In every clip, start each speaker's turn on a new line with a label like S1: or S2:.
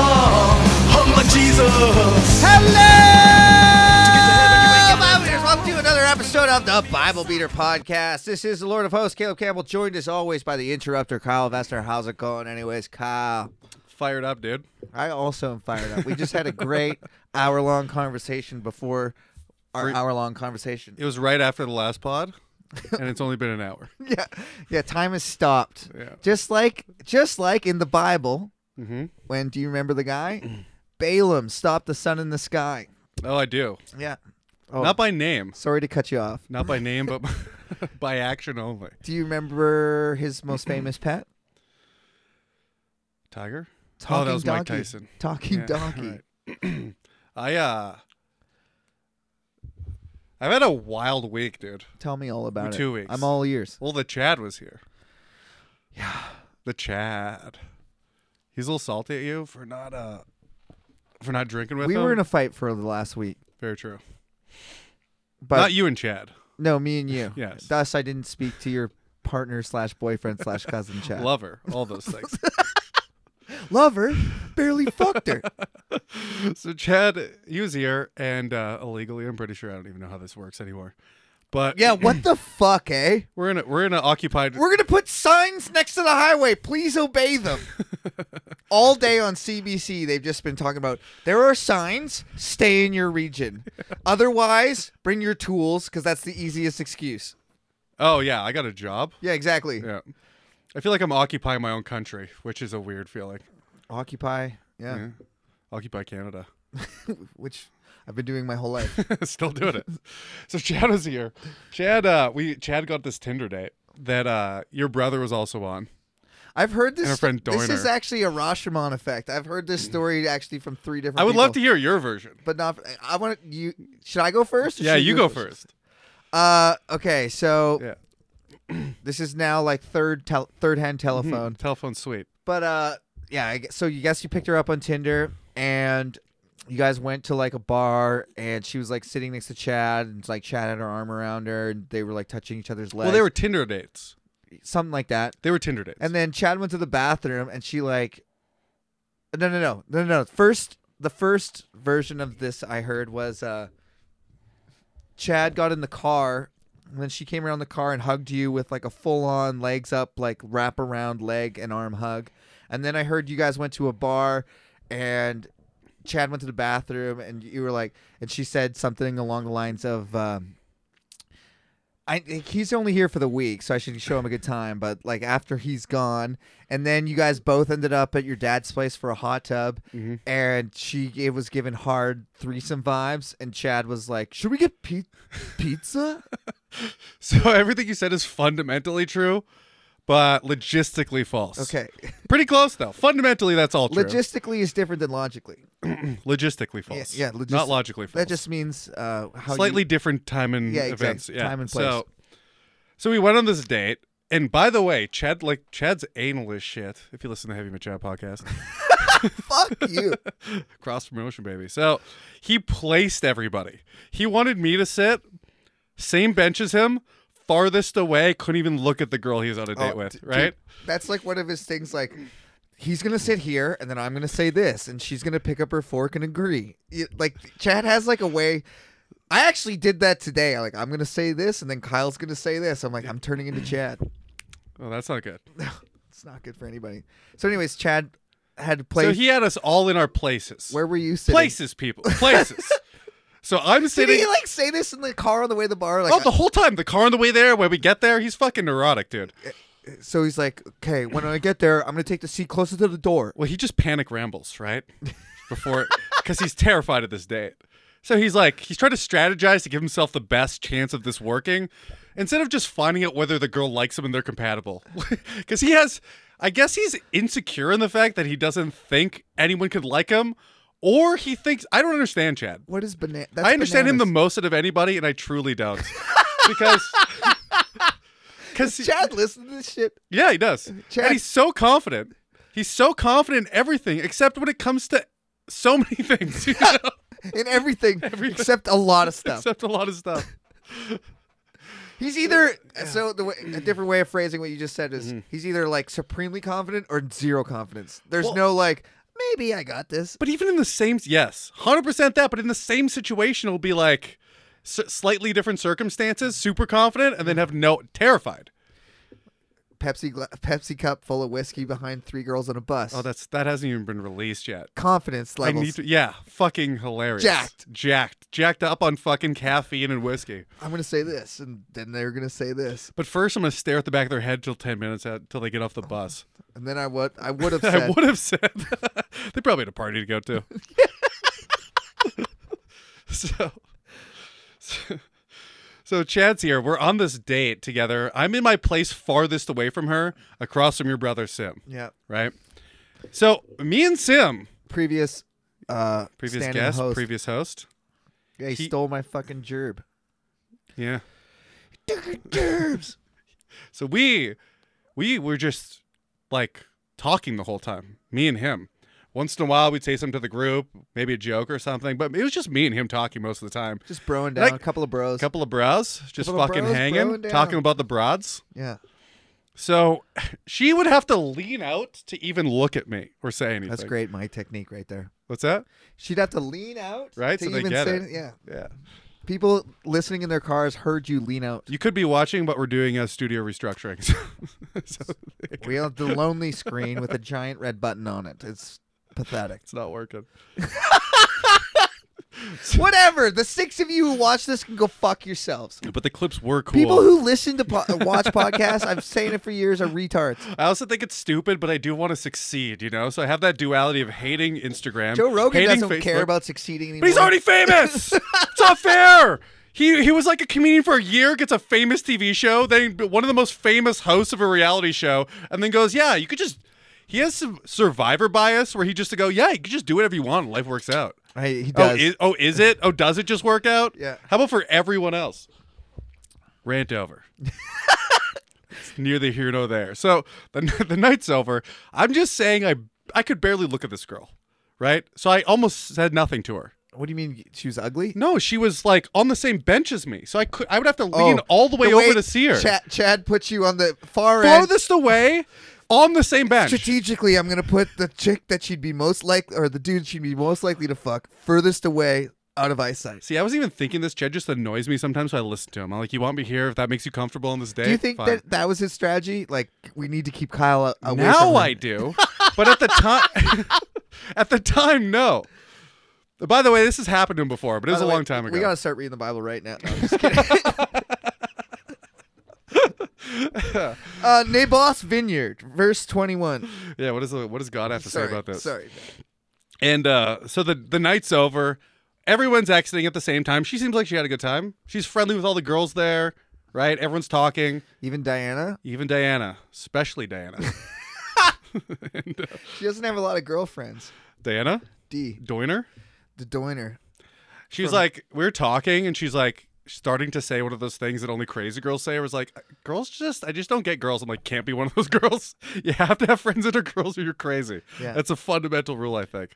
S1: Oh, episode of the Bible Beater Podcast. This is the Lord of Hosts, Caleb Campbell, joined as always by the interrupter, Kyle Vester. How's it going, anyways, Kyle?
S2: Fired up, dude.
S1: I also am fired up. We just had a great hour long conversation before our
S2: Free-
S1: hour long conversation.
S2: It was right after the last pod, and it's only been an hour.
S1: Yeah, yeah. Time has stopped.
S2: Yeah.
S1: Just like, just like in the Bible,
S2: Mm-hmm.
S1: when do you remember the guy? Balaam stopped the sun in the sky.
S2: Oh, I do.
S1: Yeah. Oh,
S2: Not by name,
S1: sorry to cut you off.
S2: not by name, but by action only.
S1: Do you remember his most famous pet?
S2: Tiger.
S1: Talking
S2: oh, that was Mike
S1: donkey.
S2: Tyson.
S1: Talking
S2: Yeah,
S1: donkey.
S2: right. I uh, I've had a wild week, dude.
S1: Tell me all about it.
S2: two weeks.
S1: I'm all ears.
S2: Well, the Chad was here. Yeah. The Chad. He's a little salty at you for not uh, for not drinking with
S1: We
S2: him.
S1: were in a fight for the last week,
S2: Very true.
S1: but
S2: not you and Chad.
S1: no, me and you.
S2: Yes.
S1: Thus, I didn't speak to your partner slash boyfriend slash cousin Chad.
S2: Lover. All those things.
S1: Lover, barely fucked her.
S2: so Chad, he was here and uh, illegally. I'm pretty sure I don't even know how this works anymore. But
S1: Yeah. What the fuck, eh?
S2: we're in a we're in an occupied.
S1: We're gonna put signs next to the highway. Please obey them. All day on CBC, they've just been talking about there are signs. Stay in your region. Otherwise, bring your tools because that's the easiest excuse.
S2: oh yeah, I got a job.
S1: Yeah, exactly.
S2: Yeah, I feel like I'm occupying my own country, which is a weird feeling.
S1: Occupy. Yeah.
S2: Yeah. Occupy Canada.
S1: Which I've been doing my whole life.
S2: Still doing it. So Chad was here. Chad, uh, we Chad got this Tinder date that uh, your brother was also on.
S1: I've heard this.
S2: And our friend
S1: this is
S2: Doiner.
S1: actually a Rashomon effect. I've heard this story actually from three different.
S2: I would love to
S1: people,
S2: hear your version.
S1: but not. I want you. Should I go first? Or
S2: Yeah,
S1: should
S2: you go first.
S1: Uh, okay. So
S2: Yeah,
S1: this is now like third tel- third hand
S2: Mm-hmm.
S1: telephone.
S2: telephone sweet.
S1: But uh, yeah. I gue- So you guess you picked her up on Tinder, and you guys went to like a bar, and she was like sitting next to Chad, and like Chad had her arm around her, and they were like touching each other's legs.
S2: Well, they were Tinder dates.
S1: something like that.
S2: They were Tinder dates.
S1: And then Chad went to the bathroom and she like No no no. No no no. First the first version of this I heard was uh Chad got in the car and then she came around the car and hugged you with like a full on legs up like wrap around leg and arm hug. And then I heard you guys went to a bar and Chad went to the bathroom and you were like and she said something along the lines of um I he's only here for the week, so I should show him a good time. But like after he's gone, and then you guys both ended up at your dad's place for a hot tub,
S2: Mm-hmm.
S1: and she it was given hard threesome vibes, and Chad was like, "Should we get pi- pizza?"
S2: So everything you said is fundamentally true, but logistically false.
S1: okay,
S2: Pretty close though. Fundamentally, that's all true.
S1: logistically is different than logically.
S2: logistically false.
S1: yeah, logis-
S2: not logically false.
S1: That just means uh, how you-
S2: slightly different time and
S1: Yeah, exact-
S2: events. Yeah,
S1: time and
S2: So, so we went on this date, and by the way, Chad like Chad's anal is shit. If you listen to the Heavy Machado podcast,
S1: fuck you.
S2: cross promotion, baby. So he placed everybody. He wanted me to sit same bench as him, farthest away. Couldn't even look at the girl he's on a date
S1: Oh,
S2: with.
S1: d- dude,
S2: Right.
S1: that's like one of his things. Like he's gonna sit here, and then I'm gonna say this, and she's gonna pick up her fork and agree. It- like Chad has like a way. I actually did that today. Like I'm gonna say this, and then Kyle's gonna say this. I'm like I'm turning into Chad.
S2: Oh, that's not good.
S1: It's not good for anybody. So, anyways, Chad had played.
S2: So he had us all in our places.
S1: where were you sitting?
S2: places, people? Places. so I'm
S1: Did
S2: sitting.
S1: he like say this in the car on the way to the bar? Like,
S2: oh, the whole time, the car on the way there, when we get there, he's fucking neurotic, dude.
S1: so he's like, okay, when I get there, I'm gonna take the seat closer to the door.
S2: Well, he just panic rambles, right? Before, because he's terrified of this date. So he's like, he's trying to strategize to give himself the best chance of this working instead of just finding out whether the girl likes him and they're compatible. Because he has, I guess he's insecure in the fact that he doesn't think anyone could like him, or he thinks, I don't understand, Chad.
S1: What is banana?
S2: I understand him the most out of anybody, and I truly don't. because. Because
S1: Chad, listen to this shit.
S2: yeah, he does.
S1: Uh, Chad-
S2: And he's so confident. He's so confident in everything, except when it comes to so many things, you know?
S1: in everything,
S2: Everything.
S1: except a lot of stuff.
S2: except a lot of stuff.
S1: he's either so the way, a different way of phrasing what you just said is he's either like supremely confident or zero confidence. There's
S2: Well-
S1: no like maybe I got this.
S2: But even in the same, yes, 100% that, but in the same situation, it'll be like, s- slightly different circumstances, super confident, and then have no terrified.
S1: Pepsi gla- Pepsi cup full of whiskey behind three girls on a bus.
S2: Oh, that's that hasn't even been released yet.
S1: confidence
S2: I
S1: levels.
S2: need to, yeah, fucking hilarious.
S1: Jacked.
S2: jacked, jacked up on fucking caffeine and whiskey.
S1: I'm gonna say this, and then they're gonna say this,
S2: But first, I'm gonna stare at the back of their head till ten minutes out, till they get off
S1: Oh.
S2: the bus.
S1: and then I would I would have
S2: I
S1: said
S2: would have said they probably had a party to go to. so, so, so Chad's here. We're on this date together. I'm in my place farthest away from her, across from your brother Sim.
S1: yeah.
S2: Right. So me and Sim,
S1: Previous uh
S2: previous
S1: standing
S2: guest,
S1: host.
S2: previous host.
S1: yeah, he,
S2: he-
S1: stole my fucking gerb.
S2: Yeah.
S1: Gerbs.
S2: So we we were just like talking the whole time, me and him. Once in a while, we'd say something to the group, maybe a joke or something, but it was just me and him talking most of the time.
S1: Just broing down
S2: Like-
S1: a couple of bros.
S2: couple of bros just
S1: Couple of
S2: fucking
S1: bros
S2: hanging,
S1: broing down.
S2: talking about the broads.
S1: yeah,
S2: So she would have to lean out to even look at me or say anything.
S1: that's great. My technique right there.
S2: What's that?
S1: She'd have to lean out,
S2: Right,
S1: To
S2: so they
S1: even
S2: get
S1: say,
S2: it.
S1: Yeah,
S2: Yeah.
S1: people listening in their cars heard you lean out.
S2: You could be watching, but we're doing a studio restructuring. so
S1: We have the lonely screen with a giant red button on it. It's pathetic.
S2: it's not working.
S1: Whatever. The six of you who watch this can go fuck yourselves.
S2: But the clips were cool.
S1: People who listen to po- watch podcasts, I've saying it for years, are retards.
S2: I also think it's stupid, but I do want to succeed, you know? So I have that duality of hating Instagram.
S1: Joe Rogan
S2: hating
S1: doesn't care
S2: Facebook,
S1: about succeeding anymore.
S2: But he's already famous. it's not fair. He he was like a comedian for a year, gets a famous TV show, then one of the most famous hosts of a reality show, and then goes, yeah, you could just. He has some survivor bias where he just to go, yeah, you could just do whatever you want. and Life works out.
S1: I, he
S2: Oh
S1: does.
S2: is, oh, is it? Oh, does it just work out?
S1: Yeah.
S2: How about for everyone else? Rant over. It's Neither here nor there. So the, n- the night's over. I'm just saying I I could barely look at this girl, right? So I almost said nothing to her.
S1: what do you mean she was ugly?
S2: No, she was like on the same bench as me, so I could I would have to lean all the way over to see her.
S1: Oh, Chad, Chad puts you on the far end.
S2: Farthest away, on the same bench.
S1: Strategically, I'm gonna put the chick that she'd be most likely, or the dude she'd be most likely to fuck, furthest away, out of eyesight.
S2: See, I wasn't even thinking this. Chad just annoys me sometimes, so I listen to him. I'm like, you want me here if that makes you comfortable on this day?
S1: Do you think
S2: Fine."
S1: that that was his strategy? Like, we need to keep Kyle a- away
S2: now
S1: from
S2: I
S1: him.
S2: do, but at the time, at the time, no. By the way, this has happened to him before, but
S1: By
S2: it was a
S1: the way,
S2: long time ago.
S1: We gotta start reading the Bible right now. No, I'm just kidding. uh, Naboth's vineyard, verse twenty-one.
S2: yeah, what is the, what does God have to
S1: Sorry
S2: say about this?
S1: Sorry.
S2: And uh, so the the night's over. Everyone's exiting at the same time. She seems like she had a good time. She's friendly with all the girls there, right? Everyone's talking,
S1: Even Diana,
S2: even Diana, especially Diana. and, uh,
S1: she doesn't have a lot of girlfriends.
S2: Diana
S1: D,
S2: Doyner.
S1: the Doiner.
S2: She's like, we are talking, and she's like, starting to say one of those things that only crazy girls say. I was like, girls just, I just don't get girls. I'm like, can't be one of those girls. You have to have friends that are girls, or you're crazy.
S1: Yeah.
S2: That's a fundamental rule, I think.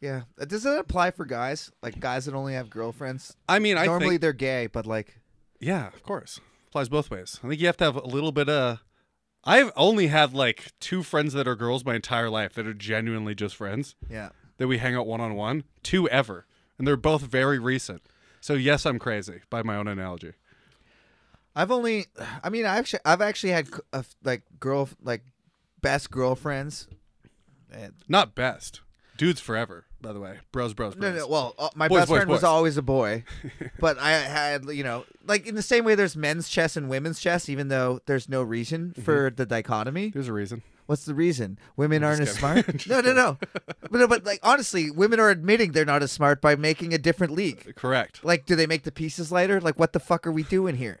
S1: Yeah. Uh, Does that apply for guys? Like guys that only have girlfriends?
S2: I mean, I
S1: Normally
S2: think,
S1: they're gay, but like,
S2: yeah, of course, applies both ways. I think you have to have a little bit of. I've only had like two friends that are girls my entire life that are genuinely just friends
S1: yeah.
S2: that we hang out one on one. Two ever, and they're both very recent. So yes, I'm crazy by my own analogy.
S1: I've only, I mean, I actually, I've actually had c- a f- like girl, like best girlfriends. Eh, And,
S2: Not best. Dudes forever, by the way. Bros, bros, bros.
S1: no, no. Well, uh, my
S2: Boys,
S1: best
S2: boys,
S1: friend was
S2: boys.
S1: always a boy, but I had, you know, like in the same way there's men's chess and women's chess, even though there's no reason for the dichotomy.
S2: There's a reason.
S1: What's the reason? Women aren't as
S2: just kidding.
S1: smart. no, no, no. But no, but like honestly, women are admitting they're not as smart by making a different league.
S2: Correct.
S1: Like, do they make the pieces lighter? Like, what the fuck are we doing here?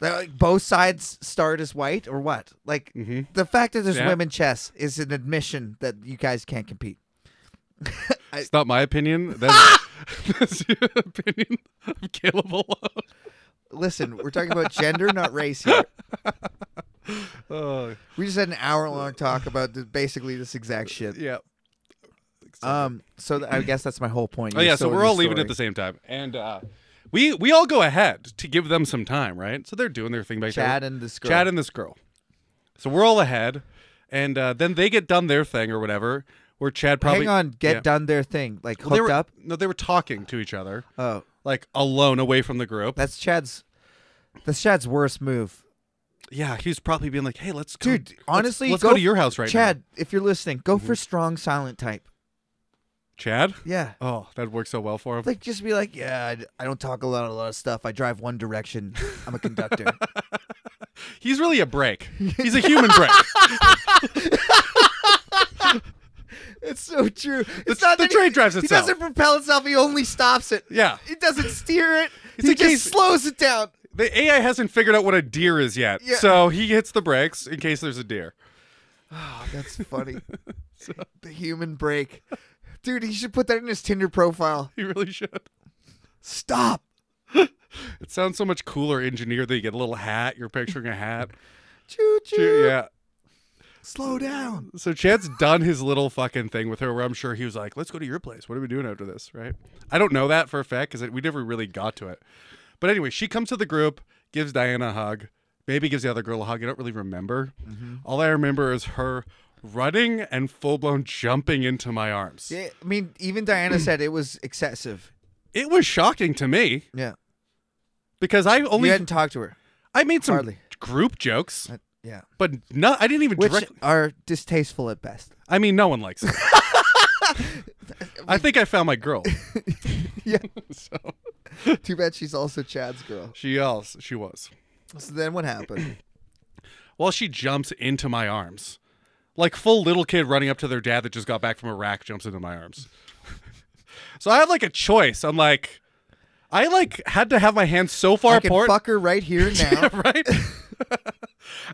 S1: They're Like, both sides start as white or what? Like, the fact that there's
S2: Yeah.
S1: women chess is an admission that you guys can't compete.
S2: It's not my opinion. That's, that's your opinion of Caleb alone.
S1: Listen, we're talking about gender, not race here.
S2: Oh,
S1: We just had an hour long talk about the, basically this exact shit.
S2: yeah.
S1: Um, so th- I guess that's my whole point.
S2: Oh, yeah. So we're all leaving at the same time. And uh, we we all go ahead to give them some time, right? So they're doing their thing back there.
S1: Chad and this girl.
S2: Chad and this girl. So we're all ahead. And uh, then they get done their thing or whatever, where Chad probably.
S1: Hang on, get
S2: Yeah.
S1: done their thing, like
S2: Well, they
S1: hooked
S2: were,
S1: up.
S2: No, they were talking to each other.
S1: Oh,
S2: like alone away from the group.
S1: That's Chad's. That's Chad's worst move,
S2: Yeah, he's probably being like, "Hey, let's go,
S1: dude.
S2: let's-
S1: honestly,
S2: let's,
S1: go,
S2: go, to your house right Mm-hmm.
S1: Chad, if you're listening, go for strong silent type.
S2: now." Chad,
S1: Yeah,
S2: oh, that worked so well for him.
S1: like just be like, yeah, I, I don't talk a lot, a lot of stuff. I drive one direction. I'm a conductor.
S2: He's really a break. He's a human break.
S1: it's so true. It's
S2: the
S1: that he-
S2: train drives
S1: He
S2: itself.
S1: doesn't propel itself. He only stops it.
S2: Yeah.
S1: He doesn't steer it.
S2: It's
S1: he
S2: a
S1: just
S2: case-
S1: slows it down.
S2: The AI hasn't figured out what a deer is yet,
S1: Yeah.
S2: so he hits the brakes in case there's a deer.
S1: Oh, that's funny. the human break. Dude, he should put that in his Tinder profile.
S2: He really should.
S1: Stop.
S2: It sounds so much cooler engineered that you get a little hat. You're picturing a hat.
S1: Choo choo.
S2: yeah.
S1: Slow down.
S2: So Chad's done his little fucking thing with her, where I'm sure he was like, "Let's go to your place. What are we doing after this?" Right? I don't know that for a fact because we never really got to it. But anyway, she comes to the group, gives Diana a hug, maybe gives the other girl a hug. I don't really remember.
S1: Mm-hmm.
S2: All I remember is her running and full blown jumping into my arms.
S1: Yeah, I mean, even Diana said it was excessive.
S2: It was shocking to me
S1: Yeah.
S2: because I
S1: We
S2: only
S1: hadn't talked to her.
S2: I made some
S1: hardly.
S2: group jokes,
S1: But, yeah.
S2: but no, I didn't even
S1: Which
S2: directly.
S1: are distasteful at best.
S2: I mean, no one likes it. I think I found my girl.
S1: Yeah.
S2: So
S1: Too bad she's also Chad's girl.
S2: she else she was.
S1: So then what happened?
S2: Well, she jumps into my arms. Like full little kid running up to their dad that just got back from Iraq jumps into my arms. so I had like a choice. I'm like I like had to have my hands so far
S1: I can
S2: apart.
S1: fuck her right here and now.
S2: right?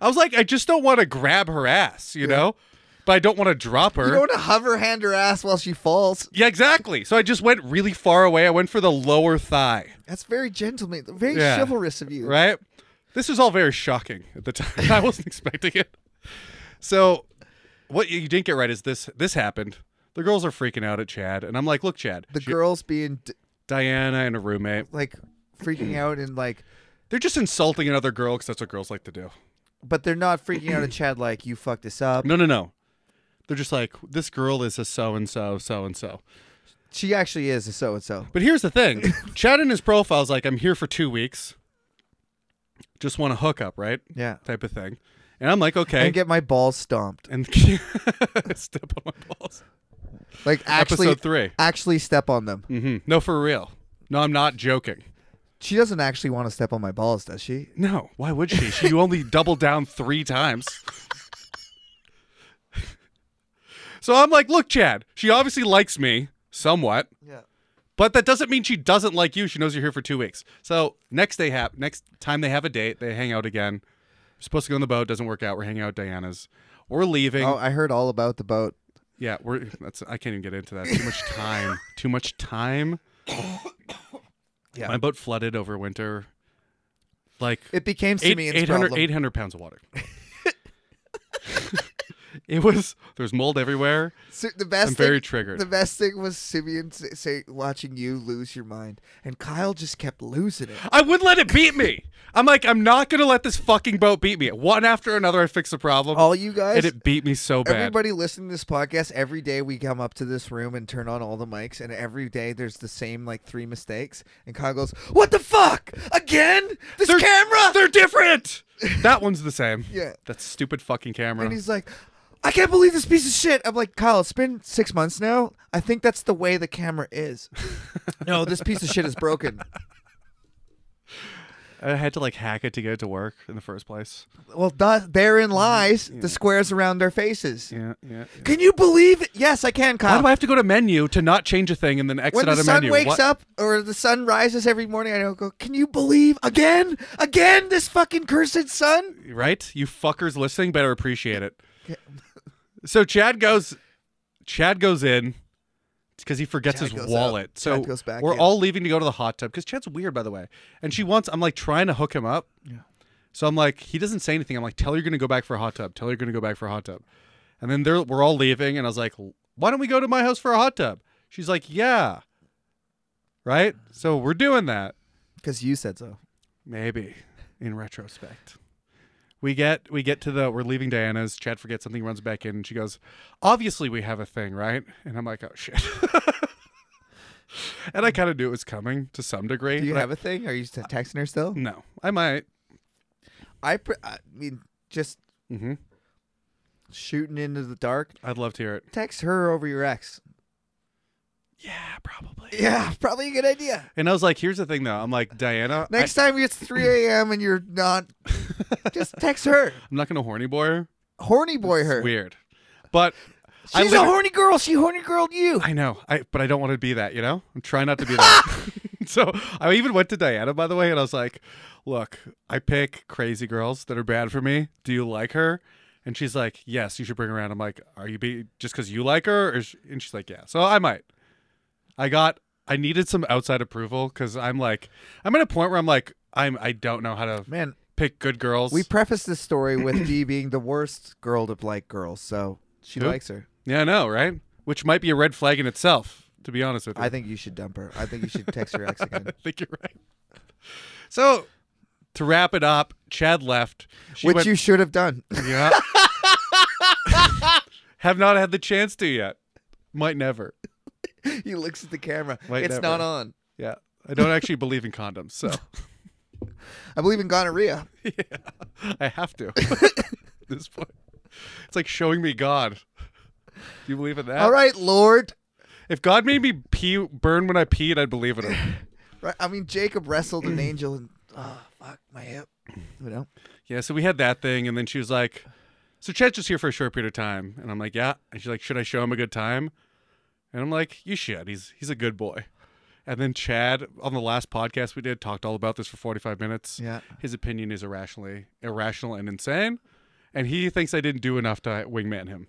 S2: I was like, I just don't want to grab her ass, you know? But I don't want to drop her.
S1: You don't want to hover hand her ass while she falls.
S2: yeah, exactly. So I just went really far away. I went for the lower thigh.
S1: That's very gentleman, very
S2: Yeah.
S1: chivalrous of you.
S2: right? This was all very shocking at the time. I wasn't expecting it. So, what you you didn't get right is this: this happened. The girls are freaking out at Chad, and I'm like, "Look, Chad,
S1: The
S2: she-
S1: girls being d-
S2: Diana and her roommate,
S1: like freaking out and like,
S2: they're just insulting another girl because that's what girls like to do."
S1: but they're not freaking out at Chad like you fucked this up.
S2: No, no, no. They're just like, "This girl is a so and so, so and so."
S1: She actually is a so and so.
S2: But here's the thing: Chad in his profile is like, "I'm here for two weeks, just want to hook up, right?"
S1: Yeah.
S2: Type of thing, and I'm like, "Okay."
S1: And get my balls stomped.
S2: and step on my balls.
S1: Like actually,
S2: Episode three.
S1: actually step on them.
S2: hmm No, for real. No, I'm not joking.
S1: She doesn't actually want to step on my balls, does she?
S2: No, why would she? She you only doubled down three times. so I'm like, look, Chad, she obviously likes me somewhat,
S1: Yeah.
S2: but that doesn't mean she doesn't like you. She knows you're here for two weeks. So next day, hap- next time they have a date, they hang out again. We're supposed to go on the boat, doesn't work out. We're hanging out at Diana's. We're leaving.
S1: Oh, I heard all about the boat.
S2: Yeah, we're that's I can't even get into that. Too much time. Too much time.
S1: Yeah.
S2: My boat flooded over winter. Like
S1: It became
S2: eight,
S1: Simeon's
S2: 800,
S1: problem.
S2: 800 pounds of water. it was there's mold everywhere.
S1: Si- the best.
S2: I'm very
S1: thing,
S2: triggered.
S1: The best thing was Simeon say, say, watching you lose your mind, and Kyle just kept losing it.
S2: I wouldn't let it beat me. I'm like, I'm not gonna let this fucking boat beat me. One after another I fix the problem.
S1: All you guys,
S2: and it beat me so bad.
S1: Everybody listening to this podcast, every day we come up to this room and turn on all the mics, and every day there's the same like three mistakes. And Kyle goes, "What the fuck again? This
S2: They're-
S1: camera!"
S2: They're different. that one's the same.
S1: Yeah.
S2: That stupid fucking camera.
S1: And he's like, "I can't believe this piece of shit." I'm like, "Kyle, it's been six months now. I think that's the way the camera is." no, this piece of shit is broken.
S2: I had to like hack it to get it to work in the first place.
S1: Well, th- therein lies the squares around their faces.
S2: Yeah, yeah.
S1: Can you believe it? Yes, I can,
S2: Why
S1: Kyle.
S2: do I have to go to menu to not change a thing and then exit
S1: when
S2: out
S1: the
S2: of
S1: sun
S2: menu?
S1: wakes
S2: What-
S1: up or the sun rises every morning, I don't go, can you believe again? Again, this fucking cursed sun?
S2: Right? You fuckers listening better appreciate it. so Chad goes Chad goes in because he forgets
S1: Chad
S2: his
S1: goes
S2: wallet.
S1: out.
S2: So
S1: Chad goes back
S2: we're
S1: in.
S2: all leaving to go to the hot tub because Chad's weird, by the way. And she wants, I'm like trying to hook him up. Yeah. So I'm like, he doesn't say anything. I'm like, tell her you're going to go back for a hot tub. Tell her you're going to go back for a hot tub. And then they're, we're all leaving. And I was like, why don't we go to my house for a hot tub? She's like, yeah. Right? So we're doing that.
S1: Because you said so.
S2: Maybe in retrospect. We get we get to the we're leaving Diana's. Chad forgets something, runs back in, and she goes, "Obviously, we have a thing, right?" And I'm like, "Oh shit." And I kind of knew it was coming to some degree.
S1: Do you
S2: but I-
S1: have a thing? Are you t- texting her still?
S2: no, I might.
S1: I, pr- I mean, just
S2: hmm
S1: shooting into the dark.
S2: I'd love to hear it.
S1: Text her over your ex.
S2: Yeah, probably.
S1: Yeah, probably a good idea.
S2: And I was like, here's the thing though. I'm like, Diana, I-
S1: Next time it's 3 a.m. and you're not, just text her.
S2: I'm not gonna horny boy her.
S1: Horny boy
S2: It's
S1: her.
S2: weird. But I
S1: She's a
S2: liter-
S1: horny girl. She horny girl you.
S2: I know. I but I don't want to be that, you know? I'm trying not to be that. so I even went to Diana, by the way, and I was like, Look, I pick crazy girls that are bad for me. Do you like her? And she's like, Yes, you should bring her around. I'm like, Are you be just because you like her? Or sh-? And she's like, Yeah. So I might. I got I needed some outside approval because I'm like I'm at a point where I'm like, I'm I don't know how to
S1: Man,
S2: pick good girls.
S1: we prefaced this story with Dee being the worst girl to like girls, so she
S2: Who?
S1: likes her.
S2: yeah, I know, right? Which might be a red flag in itself, to be honest with you.
S1: I think you should dump her. I think you should text her ex again.
S2: I think you're right. So to wrap it up, Chad left. She
S1: Which
S2: went-
S1: you should have done.
S2: yeah. have not had the chance to yet. Might never.
S1: he looks at the camera.
S2: Might
S1: it's
S2: never.
S1: not on.
S2: Yeah. I don't actually believe in condoms, so
S1: I believe in gonorrhea.
S2: yeah, I have to. At this point, it's like showing me God. Do you believe in that?
S1: All right, Lord.
S2: If God made me pee, burn when I peed, I'd believe in him.
S1: Right. I mean, Jacob wrestled an angel and oh fuck my hip. You know.
S2: Yeah, so we had that thing, and then she was like, "So Chad's just here for a short period of time," and I'm like, "Yeah," and she's like, "Should I show him a good time?" And I'm like, "You should. He's he's a good boy." And then Chad on the last podcast we did talked all about this for 45 minutes.
S1: Yeah.
S2: his opinion is irrationally irrational and insane, and he thinks I didn't do enough to wingman him,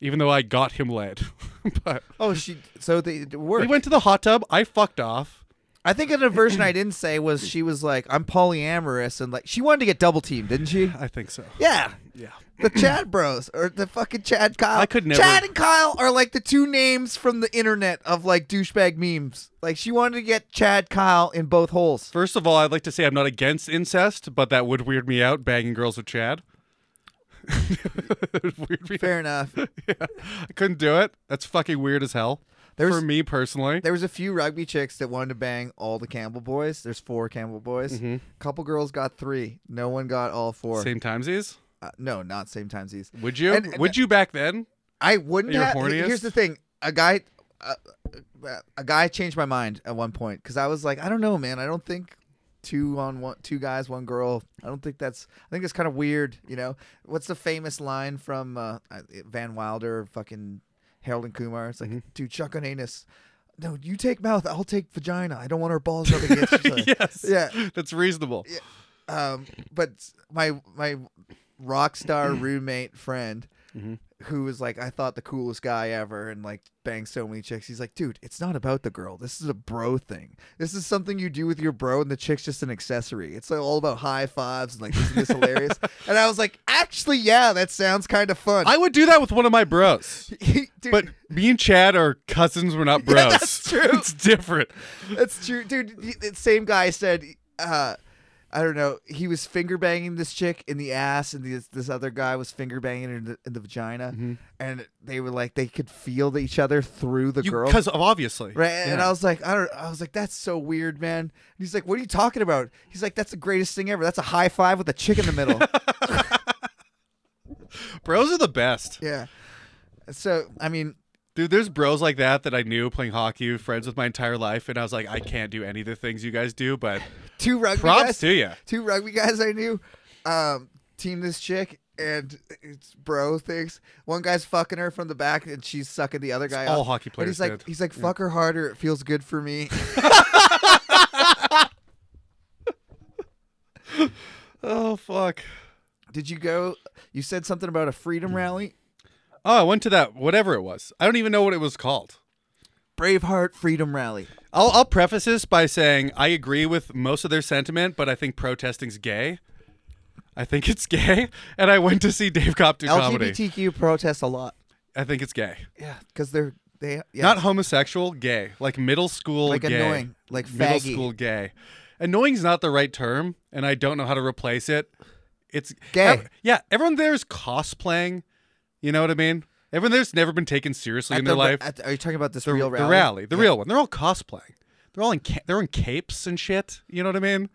S2: even though I got him laid. but
S1: Oh, she. So they it worked.
S2: we went to the hot tub. I fucked off.
S1: I think another version I didn't say was she was like, I'm polyamorous and like she wanted to get double teamed, didn't she?
S2: I think so.
S1: Yeah.
S2: Yeah.
S1: The Chad Bros or the fucking Chad Kyle.
S2: I could never-
S1: Chad and Kyle are like the two names from the internet of like douchebag memes. Like she wanted to get Chad Kyle in both holes.
S2: First of all, I'd like to say I'm not against incest, but that would weird me out banging girls with Chad. It would weird me
S1: Fair enough.
S2: out. I couldn't do it. That's fucking weird as hell.
S1: There's-
S2: For me personally.
S1: There was a few rugby chicks that wanted to bang all the Campbell boys. There's four Campbell boys. couple girls got three. No one got all four.
S2: Mm-hmm. Same timesies?
S1: Uh, no, not same times these.
S2: Would you?
S1: And- and-
S2: would you back then?
S1: I wouldn't.
S2: You're
S1: have-
S2: horniest?
S1: here's the thing: a guy, uh, uh, a guy changed my mind at one point because I was like, I don't know, man. I don't think two on one, two guys, one girl. I don't think that's. I think that's kind of weird. You know, what's the famous line from uh, uh, Van Wilder, fucking Harold and Kumar? It's like, dude, chuck on anus. No, you take mouth. I'll take vagina. I don't want our balls rubbing against each other.
S2: yes.
S1: Yeah.
S2: That's reasonable.
S1: Um, but my my rock star roommate friend,
S2: Mhm.
S1: who was like, I thought the coolest guy ever, and like banged so many chicks. He's like, dude, it's not about the girl. This is a bro thing. This is something you do with your bro, and the chick's just an accessory. It's like, all about high fives and like this is hilarious. And I was like, actually, yeah, that sounds kind of fun.
S2: I would do that with one of my bros.
S1: dude,
S2: But me and Chad are cousins, we're not bros.
S1: that's true.
S2: it's different.
S1: That's true, dude. y- That same guy said, uh, I don't know. He was finger banging this chick in the ass, and this this other guy was finger banging her in the, in the vagina, and they were like they could feel each other through the girl.
S2: Because obviously.
S1: Right, and
S2: Yeah.
S1: I was like, I don't. I was like, that's so weird, man. And he's like, what are you talking about? He's like, that's the greatest thing ever. That's a high five with a chick in the middle.
S2: Bros are the best.
S1: yeah. So I mean,
S2: Dude, there's bros like that that I knew playing hockey, friends with my entire life, and I was like, I can't do any of the things you guys do, but
S1: two rugby guys.
S2: props to you.
S1: two rugby guys I knew um, team this chick, and it's bro things. One guy's fucking her from the back, and she's sucking the other guy.
S2: all
S1: off.
S2: hockey
S1: And
S2: players
S1: he's like,
S2: did.
S1: he's like, fuck her harder. It feels good for me.
S2: Oh fuck.
S1: Did you go? You said something about a freedom
S2: Mm.
S1: rally.
S2: Oh, I went to that whatever it was. I don't even know what it was called.
S1: Braveheart Freedom Rally.
S2: I'll, I'll preface this by saying I agree with most of their sentiment, but I think protesting's gay. I think it's gay, and I went to see Dave Cop do comedy.
S1: LGBTQ protest a lot.
S2: I think it's gay,
S1: Yeah, because they're they yeah,
S2: not homosexual, gay, like middle school,
S1: like
S2: gay.
S1: annoying, like
S2: middle
S1: faggy.
S2: school gay. Annoying's not the right term, and I don't know how to replace it. It's
S1: Gay.
S2: ev- yeah, everyone there is cosplaying. You know what I mean? Everyone there's never been taken seriously
S1: At
S2: in
S1: the-
S2: their life.
S1: at- are you talking about this
S2: the
S1: real
S2: the
S1: rally?
S2: rally, the real one. They're all cosplaying. They're all in ca- they're in capes and shit. You know what I mean?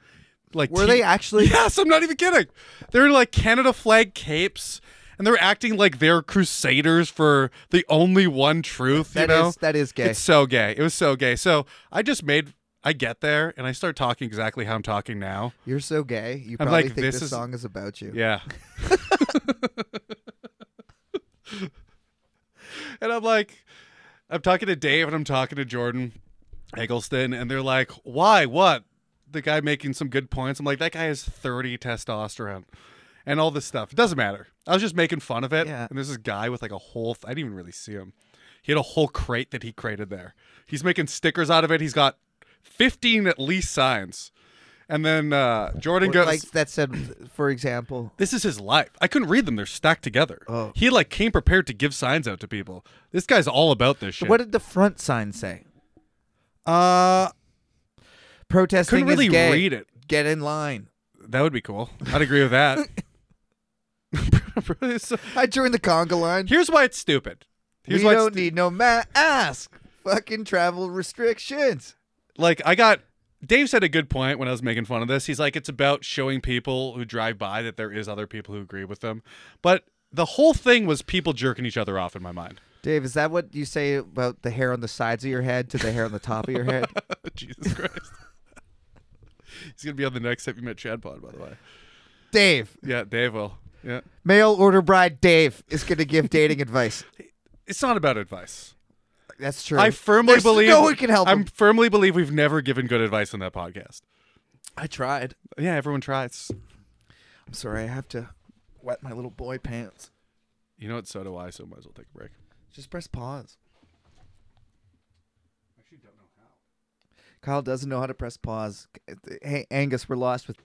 S2: Like
S1: Were
S2: te-
S1: they actually?
S2: Yes, I'm not even kidding. They're in like Canada flag capes, and they're acting like they're crusaders for the only one truth.
S1: That
S2: you know,
S1: is- that is gay.
S2: It's so gay. It was so gay. So I just made. I get there and I start talking exactly how I'm talking now.
S1: You're so gay. You
S2: I'm
S1: probably think
S2: like, this
S1: this,
S2: is-
S1: song is about you.
S2: Yeah. and I'm like, I'm talking to Dave and I'm talking to Jordan Eggleston, and they're like, why? What? The guy making some good points. I'm like, that guy has 30 testosterone and all this stuff. It doesn't matter. I was just making fun of it.
S1: Yeah.
S2: And there's this guy with like a whole, I didn't even really see him. He had a whole crate that he created there. He's making stickers out of it. He's got 15 at least signs. And then uh, Jordan
S1: Or
S2: goes
S1: Like that said, for example,
S2: this is his life. I couldn't read them. They're stacked together.
S1: Oh.
S2: He like came prepared to give signs out to people. This guy's all about this shit.
S1: what did the front sign say?
S2: uh,
S1: Protesting
S2: couldn't really
S1: is gay.
S2: read it.
S1: Get in line.
S2: That would be cool. I'd agree with that. It's-
S1: I joined the conga line.
S2: Here's why it's stupid. Here's
S1: we
S2: why
S1: don't
S2: it's stu-
S1: need no mask. Fucking travel restrictions.
S2: like I got. Dave said a good point when I was making fun of this. He's like, it's about showing people who drive by that there is other people who agree with them. But the whole thing was people jerking each other off in my mind.
S1: Dave, is that what you say about the hair on the sides of your head to the hair on the top of your head?
S2: Jesus Christ. He's gonna be on the next Have You Met Chad pod, by the way.
S1: Dave,
S2: Yeah, Dave will. Yeah.
S1: mail order bride Dave is going to give dating advice.
S2: It's not about advice.
S1: That's true.
S2: I firmly
S1: There's
S2: believe
S1: no one can help
S2: I
S1: him.
S2: firmly believe we've never given good advice on that podcast.
S1: I tried.
S2: Yeah, everyone tries.
S1: I'm sorry. I have to wet my little boy pants.
S2: You know what? So do I. So might as well take a break.
S1: Just press pause. Kyle doesn't know how to press pause. Hey, Angus, we're lost with.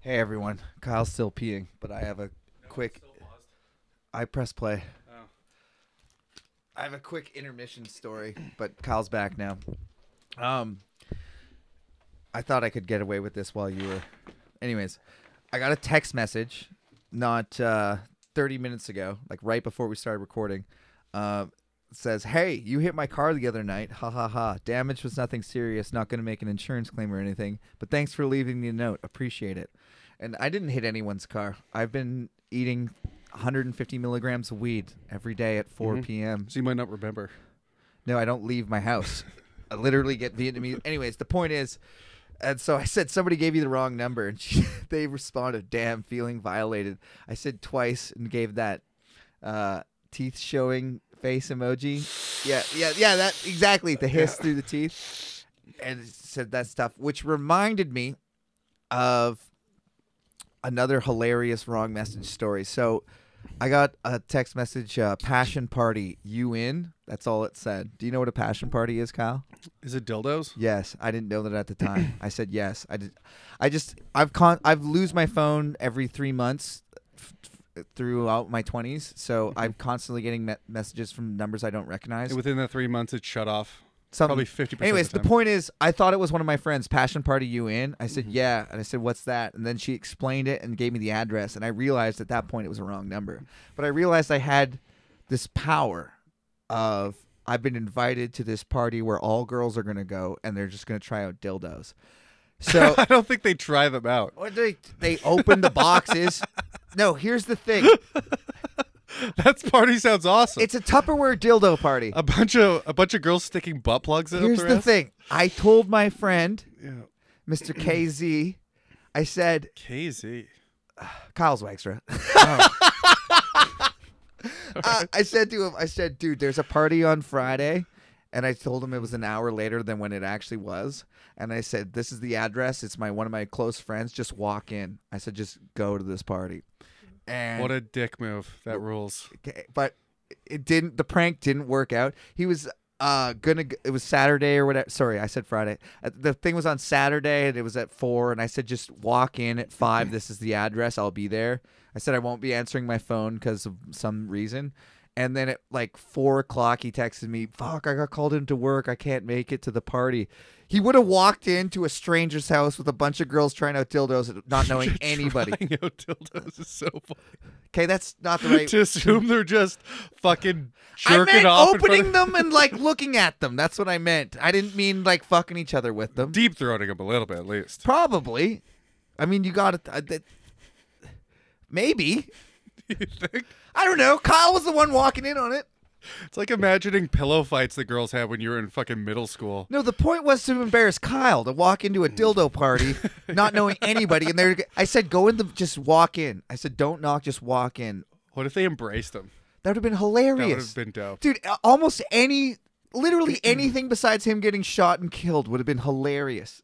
S1: Hey, everyone. Kyle's still peeing, but I have a quick. I press play.
S2: Oh.
S1: I have a quick intermission story, but Kyle's back now. Um, I thought I could get away with this while you were. Anyways, I got a text message not uh, 30 minutes ago, like right before we started recording. Uh, it says, Hey, you hit my car the other night. Ha ha ha. Damage was nothing serious. Not going to make an insurance claim or anything. But thanks for leaving me a note. Appreciate it. And I didn't hit anyone's car. I've been eating 150 milligrams of weed every day at 4 p.m.
S2: So you might not remember.
S1: No, I don't leave my house. I literally get Vietnamese. Anyways, the point is, and so I said somebody gave you the wrong number, and she, they responded, "Damn, feeling violated." I said twice and gave that uh, teeth showing face emoji. Yeah, yeah, yeah. That exactly the hiss through the teeth, and said that stuff, which reminded me of another hilarious wrong message story. So I got a text message, uh, passion party, you in? That's all it said. Do you know what a passion party is, Kyle?
S2: Is it dildos?
S1: Yes, I didn't know that at the time. I said yes. I did. I just I've con I've lose my phone every three months f- f- throughout my twenties, so I'm constantly getting me- messages from numbers I don't recognize.
S2: And within that three months, it shut off.
S1: Something-
S2: probably 50% of
S1: Anyways,
S2: the
S1: the,
S2: time.
S1: point is, I thought it was one of my friends. Passion party, you in? I
S2: Mm-hmm.
S1: said yeah, and I said what's that? And then she explained it and gave me the address, and I realized at that point it was a wrong number. But I realized I had this power of I've been invited to this party where all girls are gonna go, and they're just gonna try out dildos. So
S2: I don't think they try them out.
S1: Or they they open the boxes. No, here's the thing.
S2: That party sounds awesome.
S1: It's a Tupperware dildo party.
S2: a bunch of a bunch of girls sticking butt plugs in.
S1: Here's
S2: up
S1: the
S2: their
S1: thing. I told my friend,
S2: ass.
S1: Mr. KZ, I said,
S2: Yeah. KZ.
S1: Kyle's Wagstra. uh, I said to him, I said, dude, there's a party on Friday. And I told him it was an hour later than when it actually was. And I said, this is the address. It's my one of my close friends. Just walk in. I said, just go to this party. And
S2: What a dick move. That rules.
S1: Okay, but it didn't. The prank didn't work out. He was uh gonna. g- It was Saturday or whatever. Sorry, I said Friday. Uh, The thing was on Saturday, and it was at four. And I said, just walk in at five. This is the address. I'll be there. I said I won't be answering my phone because of some reason. And then at like four o'clock, he texted me, "Fuck, I got called into work. I can't make it to the party." He would have walked into a stranger's house with a bunch of girls trying out dildos, and not knowing anybody.
S2: Trying out dildos is so funny.
S1: Okay, that's not the right.
S2: To assume they're just fucking
S1: I
S2: jerking
S1: meant
S2: off. in front
S1: opening
S2: of-
S1: them and like looking at them. That's what I meant. I didn't mean like fucking each other with them.
S2: Deep throating them a little bit at least.
S1: Probably. I mean, you got it. Maybe.
S2: You think?
S1: I don't know. Kyle was the one walking in on it.
S2: It's like imagining pillow fights the girls had when you were in fucking middle school.
S1: No, the point was to embarrass Kyle to walk into a
S2: Hmm.
S1: dildo party, not knowing anybody. And there, I said, go in the, just walk in. I said, don't knock, just walk in.
S2: What if they embraced them?
S1: That would have been
S2: That would
S1: hilarious,
S2: have been dope.
S1: dude. a- Almost any, literally anything besides him getting shot and killed would have been hilarious.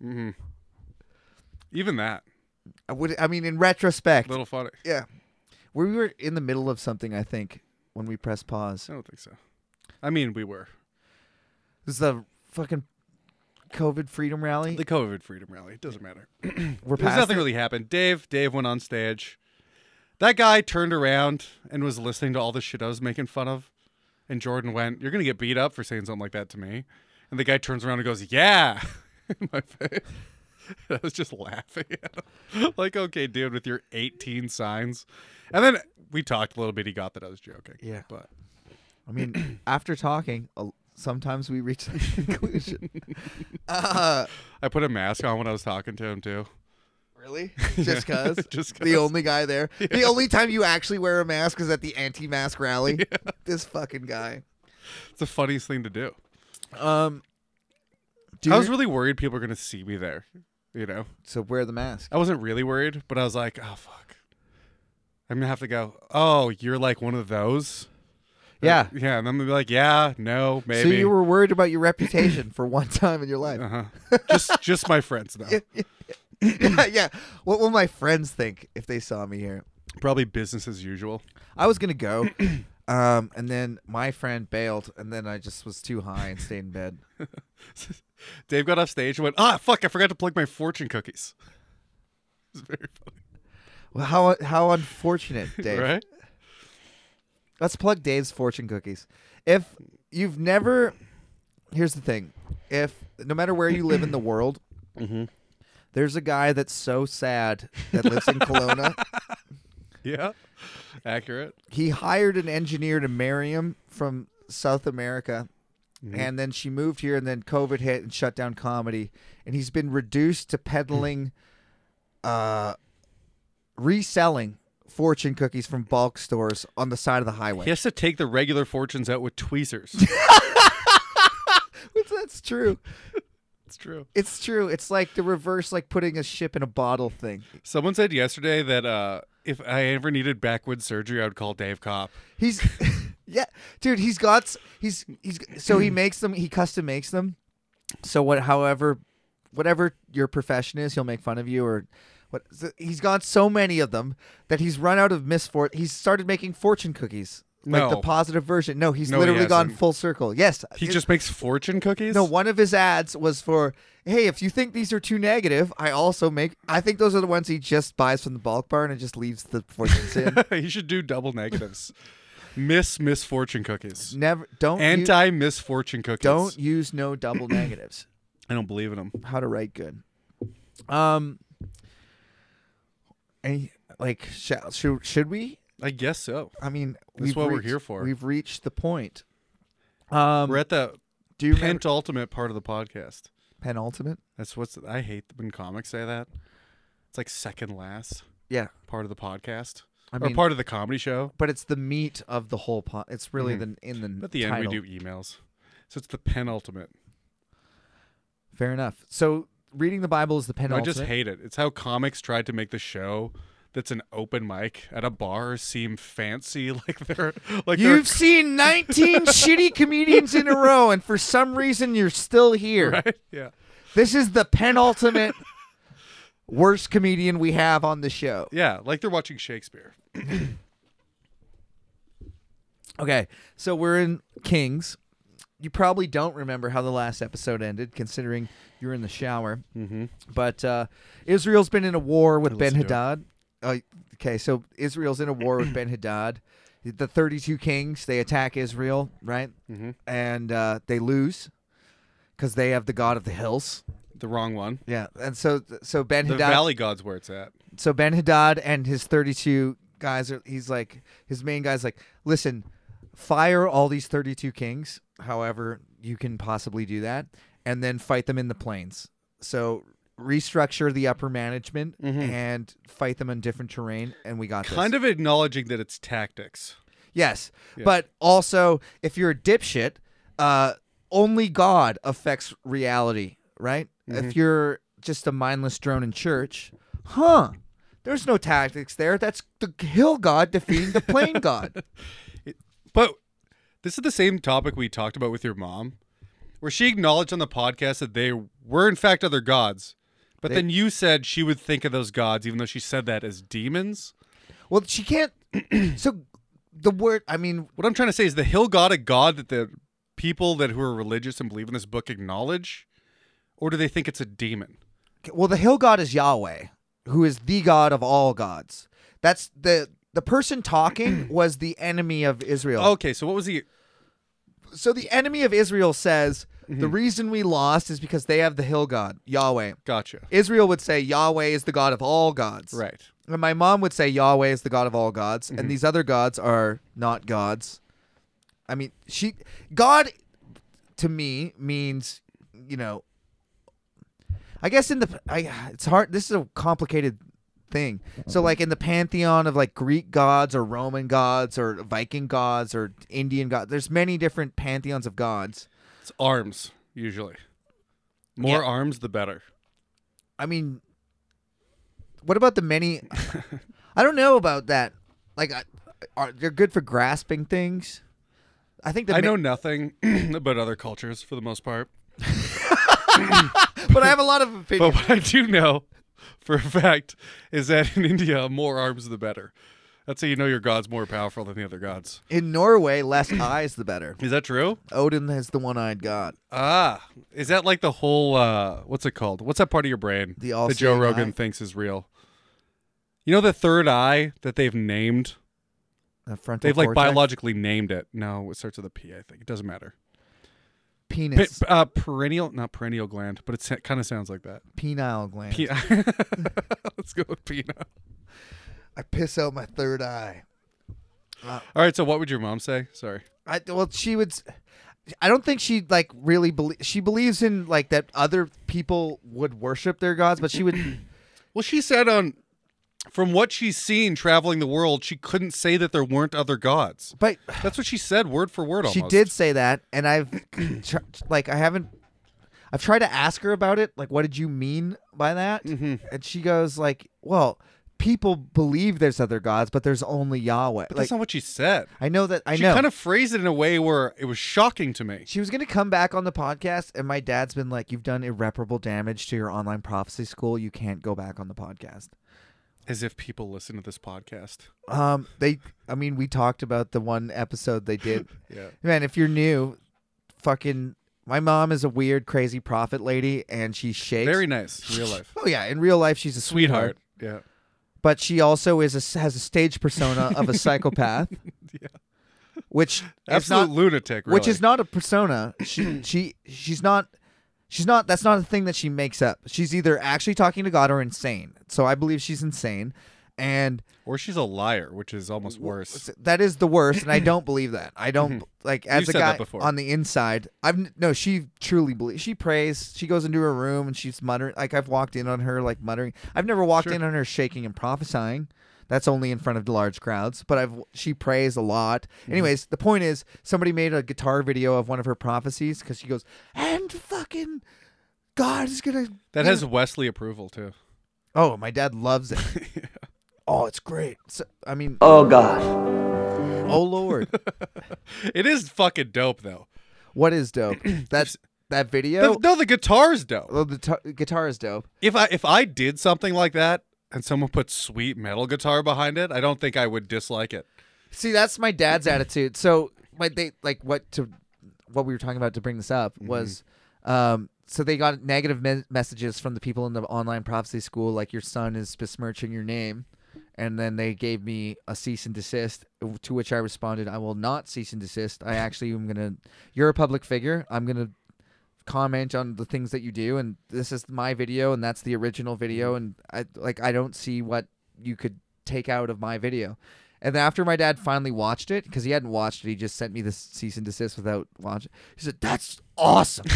S2: Even that.
S1: I would, I mean, in retrospect,
S2: little funny.
S1: yeah, we were in the middle of something. I think when we pressed pause,
S2: I
S1: it
S2: don't think so. I mean, we were.
S1: was the fucking COVID freedom rally.
S2: The COVID freedom rally. It doesn't matter.
S1: we're
S2: There's
S1: past
S2: nothing really happened. Dave, Dave went on stage. That guy turned around and was listening to all the shit I was making fun of. And Jordan went, You're gonna get beat up for saying something like that to me. And the guy turns around and goes, Yeah in my face. I was just laughing at him. Like, okay, dude, with your 18 signs. And then we talked a little bit. He got that I was joking.
S1: Yeah.
S2: But
S1: I mean, after talking, a- sometimes we reach that conclusion. uh,
S2: I put a mask on when I was talking to him, too.
S1: really? Just cause?
S2: Just
S1: The
S2: 'cause.
S1: only guy there. The only time you actually wear a mask is at the anti-mask rally. This fucking guy.
S2: It's the funniest thing to do.
S1: Um,
S2: I was really worried people were going to see me there. You know,
S1: so wear the mask.
S2: I wasn't really worried, but I was like, oh, fuck. I'm going to have to go, oh, you're like one of those? Uh,
S1: Yeah.
S2: Yeah. And then they'll be like, yeah, no, maybe.
S1: So you were worried about your reputation for one time in your life.
S2: uh-huh. just, just my friends, though.
S1: yeah, yeah. What will my friends think if they saw me here?
S2: Probably business as usual.
S1: I was gonna go, um, and then my friend bailed, and then I just was too high and stayed in bed.
S2: Dave got off stage and went, ah, fuck, I forgot to plug my fortune cookies. It's very funny.
S1: Well, how how unfortunate, Dave.
S2: Right?
S1: Let's plug Dave's fortune cookies. If you've never, here's the thing: if no matter where you live in the world, there's a guy that's so sad that lives in Kelowna.
S2: Yeah. Accurate.
S1: He hired an engineer to marry him from South America, and then she moved here, and then COVID hit and shut down comedy, and he's been reduced to peddling, uh, reselling fortune cookies from bulk stores on the side of the highway.
S2: He has to take the regular fortunes out with tweezers.
S1: That's true.
S2: it's true.
S1: It's true. It's like the reverse, like putting a ship in a bottle thing.
S2: Someone said yesterday that uh, if I ever needed backwood surgery, I would call Dave Cop.
S1: He's, yeah, dude. He's got. s- He's he's. So he makes them. He custom makes them. So what? However, whatever your profession is, he'll make fun of you or. What, so he's got so many of them that he's run out of misfortune. He's started making fortune cookies, like the
S2: No.
S1: positive version. No, he's
S2: No, he
S1: literally gone
S2: hasn't.
S1: full circle. Yes,
S2: He
S1: it-
S2: just makes fortune cookies.
S1: No, one of his ads was for, hey, if you think these are too negative, I also make. I think those are the ones he just buys from the bulk barn and just leaves the fortunes in.
S2: he should do double negatives. Miss misfortune cookies.
S1: Never don't u-
S2: Anti misfortune cookies.
S1: don't use no double negatives.
S2: I don't believe in them.
S1: How to write good. Um, any like sh- should should we?
S2: I guess so.
S1: I mean,
S2: That's
S1: we've
S2: what we're
S1: reached-
S2: here for.
S1: We've reached the point. Um,
S2: We're at the
S1: do you remember
S2: penultimate part of the podcast.
S1: penultimate?
S2: That's what's I hate when comics say that. It's like second last
S1: Yeah,
S2: part of the podcast
S1: I
S2: or
S1: mean,
S2: part of the comedy show.
S1: but it's the meat of the whole pot. It's really the in the
S2: Mm-hmm. At the
S1: title.
S2: end, we do emails, so it's the penultimate.
S1: Fair enough. So reading the Bible is the
S2: No, I
S1: penultimate.
S2: just hate it. It's how comics tried to make the show that's an open mic at a bar seem fancy, like they're like they're-
S1: You've seen 19 shitty comedians in a row, and for some reason you're still here.
S2: right? Yeah,
S1: This is the penultimate worst comedian we have on the show.
S2: yeah, like they're watching Shakespeare.
S1: Okay, so we're in Kings. You probably don't remember how the last episode ended, considering you're in the shower. Mm-hmm. But uh, Israel's been in a war with Ben Oh,
S2: listened to it.
S1: Hadad. Uh, okay, so Israel's in a war with Ben Hadad. the 32 kings they attack Israel, right?
S2: Mhm.
S1: And uh, they lose because they have the god of the hills.
S2: The wrong one.
S1: Yeah, and so so Ben
S2: The
S1: Hadad,
S2: Valley God's where it's at.
S1: so Ben Hadad and his 32 guys are. He's like his main guy's like, listen, fire all these 32 kings, however you can possibly do that, and then fight them in the plains. So restructure the upper management and fight them on different terrain, and we got this.
S2: Mm-hmm. Kind of acknowledging that it's tactics.
S1: Yes, but also if you're a dipshit, uh, only God affects reality, right? If you're just a mindless drone in church, huh? There's no tactics there. That's the hill god defeating the plain god.
S2: But this is the same topic we talked about with your mom, where she acknowledged on the podcast that they were in fact other gods. But then you said she would think of those gods, even though she said that as demons.
S1: Well, she can't. so the word, I mean,
S2: What I'm trying to say is the hill god a god that the people that who are religious and believe in this book acknowledge, or do they think it's a demon?
S1: well, the hill god is Yahweh, who is the god of all gods. That's the the person talking was the enemy of Israel.
S2: Okay, so what was the
S1: so the enemy of Israel says the reason we lost is because they have the hill god Yahweh.
S2: gotcha?
S1: Israel would say Yahweh is the god of all gods.
S2: Right.
S1: And my mom would say Yahweh is the god of all gods, and these other gods are not gods. I mean, she God to me means you know. I guess in the I, it's hard. This is a complicated thing. So like in the pantheon of like Greek gods or Roman gods or Viking gods or Indian gods, there's many different pantheons of gods.
S2: It's arms usually. More arms, the better.
S1: I mean, what about the many? I don't know about that. Like, I- are they're good for grasping things? I think the
S2: I
S1: ma-
S2: know nothing about other cultures for the most part,
S1: but I have a lot of opinions.
S2: but what I do know for a fact is that in India, more arms, the better. That's how you know your god's more powerful than the other gods.
S1: In Norway, less eyes the better.
S2: Is that true?
S1: Odin is the one-eyed god.
S2: Ah, is that like the whole uh what's it called? What's that part of your brain
S1: The
S2: that Joe
S1: all-seeing
S2: Rogan
S1: eye?
S2: thinks is real? You know the third eye that they've named.
S1: A frontal
S2: They've like
S1: cortex?
S2: biologically named it. No, it starts with a P. I think it doesn't matter. P-
S1: penis,
S2: uh, perennial, not perennial gland, but it kind of sounds like that.
S1: penile gland.
S2: P- Let's go with Pina.
S1: I piss out my third eye.
S2: All right, so what would your mom say? Sorry.
S1: I well, she would. s- I don't think she like really believe. She believes in like that other people would worship their gods, but she would.
S2: Well, she said on from what she's seen traveling the world, she couldn't say that there weren't other gods.
S1: but
S2: That's what she said word for word almost.
S1: She did say that, and I've tr- like I haven't. I've tried to ask her about it. Like, what did you mean by that?
S2: Mm-hmm.
S1: And she goes like, "Well, people believe there's other gods, but there's only Yahweh."
S2: But
S1: like,
S2: that's not what she said.
S1: I know that. I
S2: she
S1: know.
S2: kind of phrased it in a way where it was shocking to me.
S1: she was gonna come back on the podcast, and my dad's been like, "You've done irreparable damage to your online prophecy school. You can't go back on the podcast."
S2: As if people listen to this podcast.
S1: Um, they. I mean, we talked about the one episode they did.
S2: Yeah.
S1: Man, if you're new, fucking. My mom is a weird, crazy prophet lady, and she shakes.
S2: Very nice. Real life.
S1: Oh yeah, in real life she's a sweetheart,
S2: Sweetheart. Yeah.
S1: but she also is a, has a stage persona of a psychopath.
S2: Yeah.
S1: Which is
S2: Absolute
S1: not,
S2: lunatic, really.
S1: which is not a persona. She she she's not she's not that's not a thing that she makes up. She's either actually talking to God or insane. So I believe she's insane and
S2: Or she's a liar, which is almost worse.
S1: that is the worst and I don't believe that. I don't like as
S2: You
S1: a
S2: Mm-hmm. said that
S1: guy
S2: before.
S1: on the inside. I've n- no, she truly believes. She prays. She goes into her room and she's muttering like I've walked in on her like muttering. I've never walked
S2: Sure.
S1: in on her shaking and prophesying. That's only in front of large crowds, but I've she prays a lot.
S2: Mm-hmm.
S1: Anyways, the point is somebody made a guitar video of one of her prophecies cuz she goes, "And fucking God is going to
S2: That has Wesley approval too.
S1: Oh, my dad loves it. Oh, it's great. So, I mean,
S3: Oh God.
S1: oh lord.
S2: It is fucking dope though.
S1: What is dope? That's that video.
S2: The, no, the guitar's dope.
S1: Well, the tar- guitar is dope.
S2: If I if I did something like that and someone put sweet metal guitar behind it, I don't think I would dislike it.
S1: See, that's my dad's attitude. So, my they like what to what we were talking about to bring this up
S2: Mm-hmm.
S1: was, um, so they got negative me- messages from the people in the online prophecy school, like your son is besmirching your name, and then they gave me a cease and desist to which i responded i will not cease and desist i actually am going to you're a public figure i'm going to comment on the things that you do and this is my video and that's the original video
S2: Mm-hmm.
S1: and i like i don't see what you could take out of my video and then after my dad finally watched it because he hadn't watched it he just sent me this cease and desist without watching he said that's awesome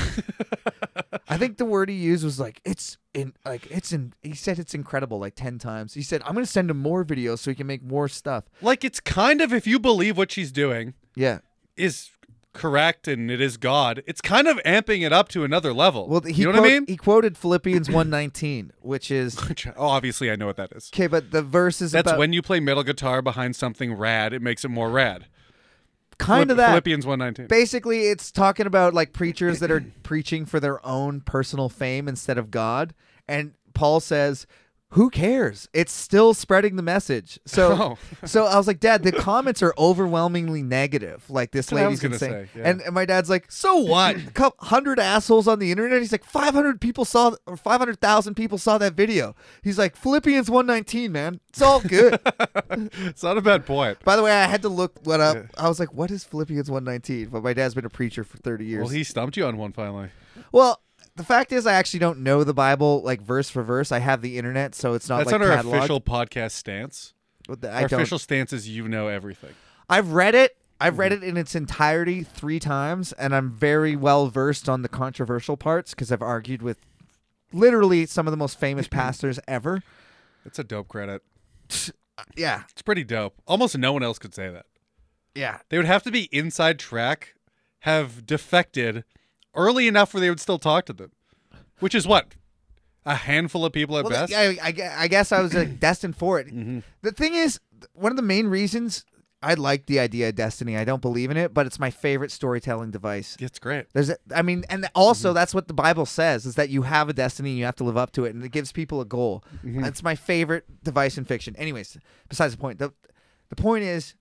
S1: I think the word he used was like it's in like it's in he said it's incredible like 10 times. He said I'm going to send him more videos so he can make more stuff.
S2: Like it's kind of if you believe what she's doing
S1: Yeah.
S2: is correct and it is God, it's kind of amping it up to another level.
S1: Well, he
S2: you know what I
S1: quote-
S2: mean?
S1: he quoted Philippians 119, which is
S2: Which- oh, obviously I know what that is.
S1: okay, but the verse is
S2: That's
S1: about
S2: when you play metal guitar behind something rad, it makes it more rad.
S1: kind
S2: Philip-
S1: of that
S2: Philippians 119.
S1: basically it's talking about like preachers that are preaching for their own personal fame instead of God. And Paul says, "Who cares? It's still spreading the message." So,
S2: Oh.
S1: so I was like, "Dad, the comments are overwhelmingly negative. Like this
S2: That's what I
S1: lady's
S2: was gonna
S1: insane."
S2: say, yeah.
S1: And, and my dad's like, "So what? hundred assholes on the internet?" He's like, 500 people saw, or five hundred thousand people saw that video." He's like, "Philippians one nineteen, man. It's all good."
S2: it's not a bad point.
S1: By the way, I had to look what up. I was like, "What is Philippians 1:19?" But my dad's been a preacher for 30 years.
S2: Well, he stumped you on one finally.
S1: Well, the fact is, I actually don't know the Bible like verse for verse. I have the internet, so it's not
S2: That's
S1: like
S2: not our
S1: cataloged.
S2: official podcast stance.
S1: But the-
S2: our
S1: I don't.
S2: official stance is you know everything.
S1: I've read it. I've read
S2: Mm-hmm.
S1: it in its entirety three times, and I'm very well versed on the controversial parts because I've argued with literally some of the most famous
S2: Mm-hmm.
S1: pastors ever.
S2: It's a dope credit.
S1: Yeah,
S2: It's pretty dope. Almost no one else could say that.
S1: yeah.
S2: They would have to be inside track, have defected early enough where they would still talk to them, which is what a handful of people at
S1: Well,
S2: best. Mm-hmm.
S1: yeah, I, I gue- I guess I was like destined for it. The thing is, th- one of the main reasons I like the idea of Destiny, I don't believe in it, but it's my favorite storytelling device.
S2: It's great.
S1: There's, a, I mean, and also that's what the Bible says is that you have a destiny and you have to live up to it, and it gives people a goal. That's my favorite device in fiction. Anyways, besides the point, the the point is,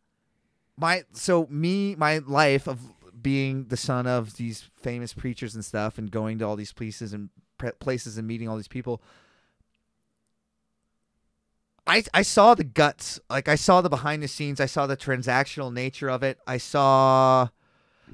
S1: my so me my life of being the son of these famous preachers and stuff, and going to all these places and pre- places and meeting all these people. I, I saw the guts like i saw the behind the scenes i saw the transactional nature of it i saw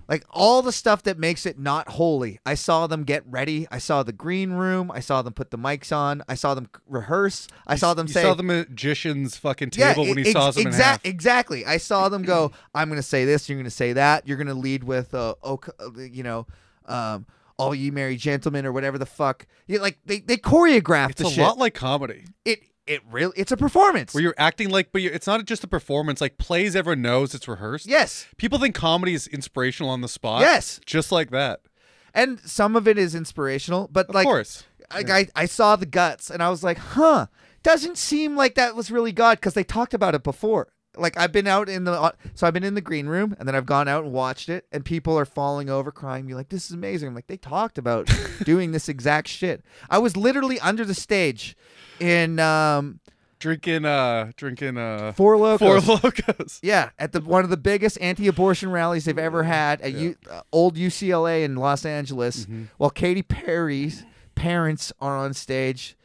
S1: like all the stuff that makes it not holy. I saw them get ready. I saw the green room. I saw them put the mics on. I saw them c- rehearse. I saw them
S2: you
S1: say
S2: saw the magician's fucking table when he
S1: e-, ex-
S2: saw them in
S1: exa-
S2: half.
S1: Exactly. I saw them go. I'm going to say this. You're going to say that. You're going to lead with, uh, okay, uh, you know, um, all ye merry gentlemen or whatever the fuck. Yeah, like they they choreographed
S2: It's
S1: the
S2: a
S1: shit.
S2: lot like comedy,
S1: it it really it's a performance.
S2: where you're acting like, but you're, it's not just a performance. Like plays, everyone knows it's rehearsed.
S1: yes,
S2: People think comedy is inspirational on the spot.
S1: Yes.
S2: Just like that.
S1: and some of it is inspirational, but
S2: Of
S1: like
S2: course.
S1: like I, I saw the guts and I was like, huh, doesn't seem like that was really God because they talked about it before. Like I've been out in the uh, so I've been in the green room and then I've gone out and watched it and people are falling over crying, be like, this is amazing. I'm like, they talked about doing this exact shit. I was literally under the stage in um
S2: Drinking uh drinking uh
S1: Four Locos.
S2: Four locos.
S1: yeah, at the one of the biggest anti-abortion rallies they've ever had at U, uh, old UCLA in Los Angeles, while Katy Perry's parents are on stage.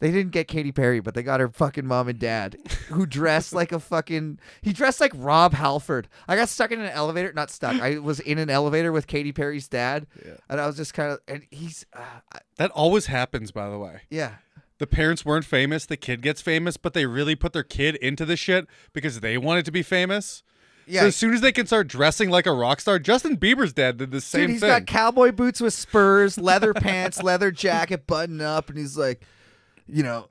S1: They didn't get Katy Perry, but they got her fucking mom and dad, who dressed like a fucking. He dressed like Rob Halford. I got stuck in an elevator, not stuck. I was in an elevator with Katy Perry's dad, and I was just kind of, and he's, uh, I-
S2: That always happens, by the way.
S1: yeah,
S2: The parents weren't famous, the kid gets famous, but they really put their kid into this shit because they wanted to be famous.
S1: yeah.
S2: So as soon as they can start dressing like a rock star, Justin Bieber's dad did the same
S1: Dude, he's
S2: thing.
S1: got cowboy boots with spurs, leather pants, leather jacket, button up, and he's like, you know,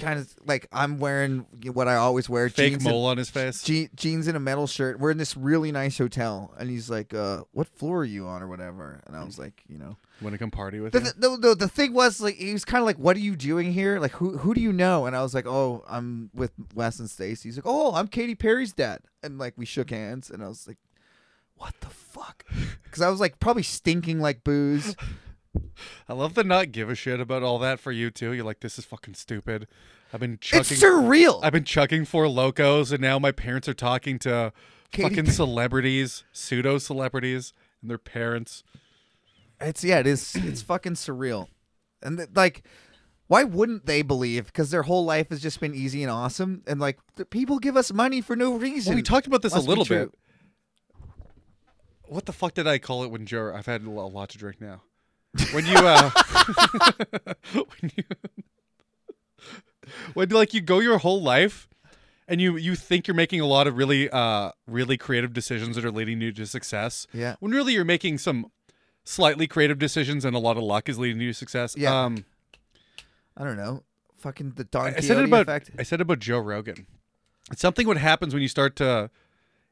S1: kind of like I'm wearing what I always wear:
S2: Fake
S1: jeans,
S2: mole
S1: and,
S2: on his face.
S1: je- jeans and a metal shirt. We're in this really nice hotel, and he's like, uh, "What floor are you on?" or whatever. And I was like, you know,
S2: Wanna come party with
S1: the,
S2: him?
S1: the, the, the, the thing was like he was kind of like, "What are you doing here? Like, who who do you know?" And I was like, "Oh, I'm with Wes and Stacy." He's like, "Oh, I'm Katy Perry's dad," and like we shook hands, and I was like, "What the fuck?" Because I was like probably stinking like booze.
S2: I love the not give a shit about all that for you too. You're like, this is fucking stupid. I've been
S1: it's
S2: chucking
S1: surreal.
S2: I've been chucking four locos, and now my parents are talking to
S1: Katy
S2: fucking
S1: Perry.
S2: celebrities, pseudo celebrities, and their parents.
S1: it's yeah, it is. It's fucking surreal, and th- like. why wouldn't they believe? Because their whole life has just been easy and awesome, and like the people give us money for no reason.
S2: Well, we talked about this a
S1: Must be
S2: little
S1: true.
S2: bit. What the fuck did I call it when Joe? I've had a lo- a lot to drink now. When you, uh, when you, when like you go your whole life, and you you think you're making a lot of really uh really creative decisions that are leading you to success.
S1: Yeah.
S2: When really you're making some slightly creative decisions and a lot of luck is leading you to success.
S1: Yeah.
S2: Um,
S1: I don't know. Fucking the Don
S2: I
S1: Quixote
S2: said it about
S1: effect.
S2: I said about Joe Rogan. It's something what happens when you start to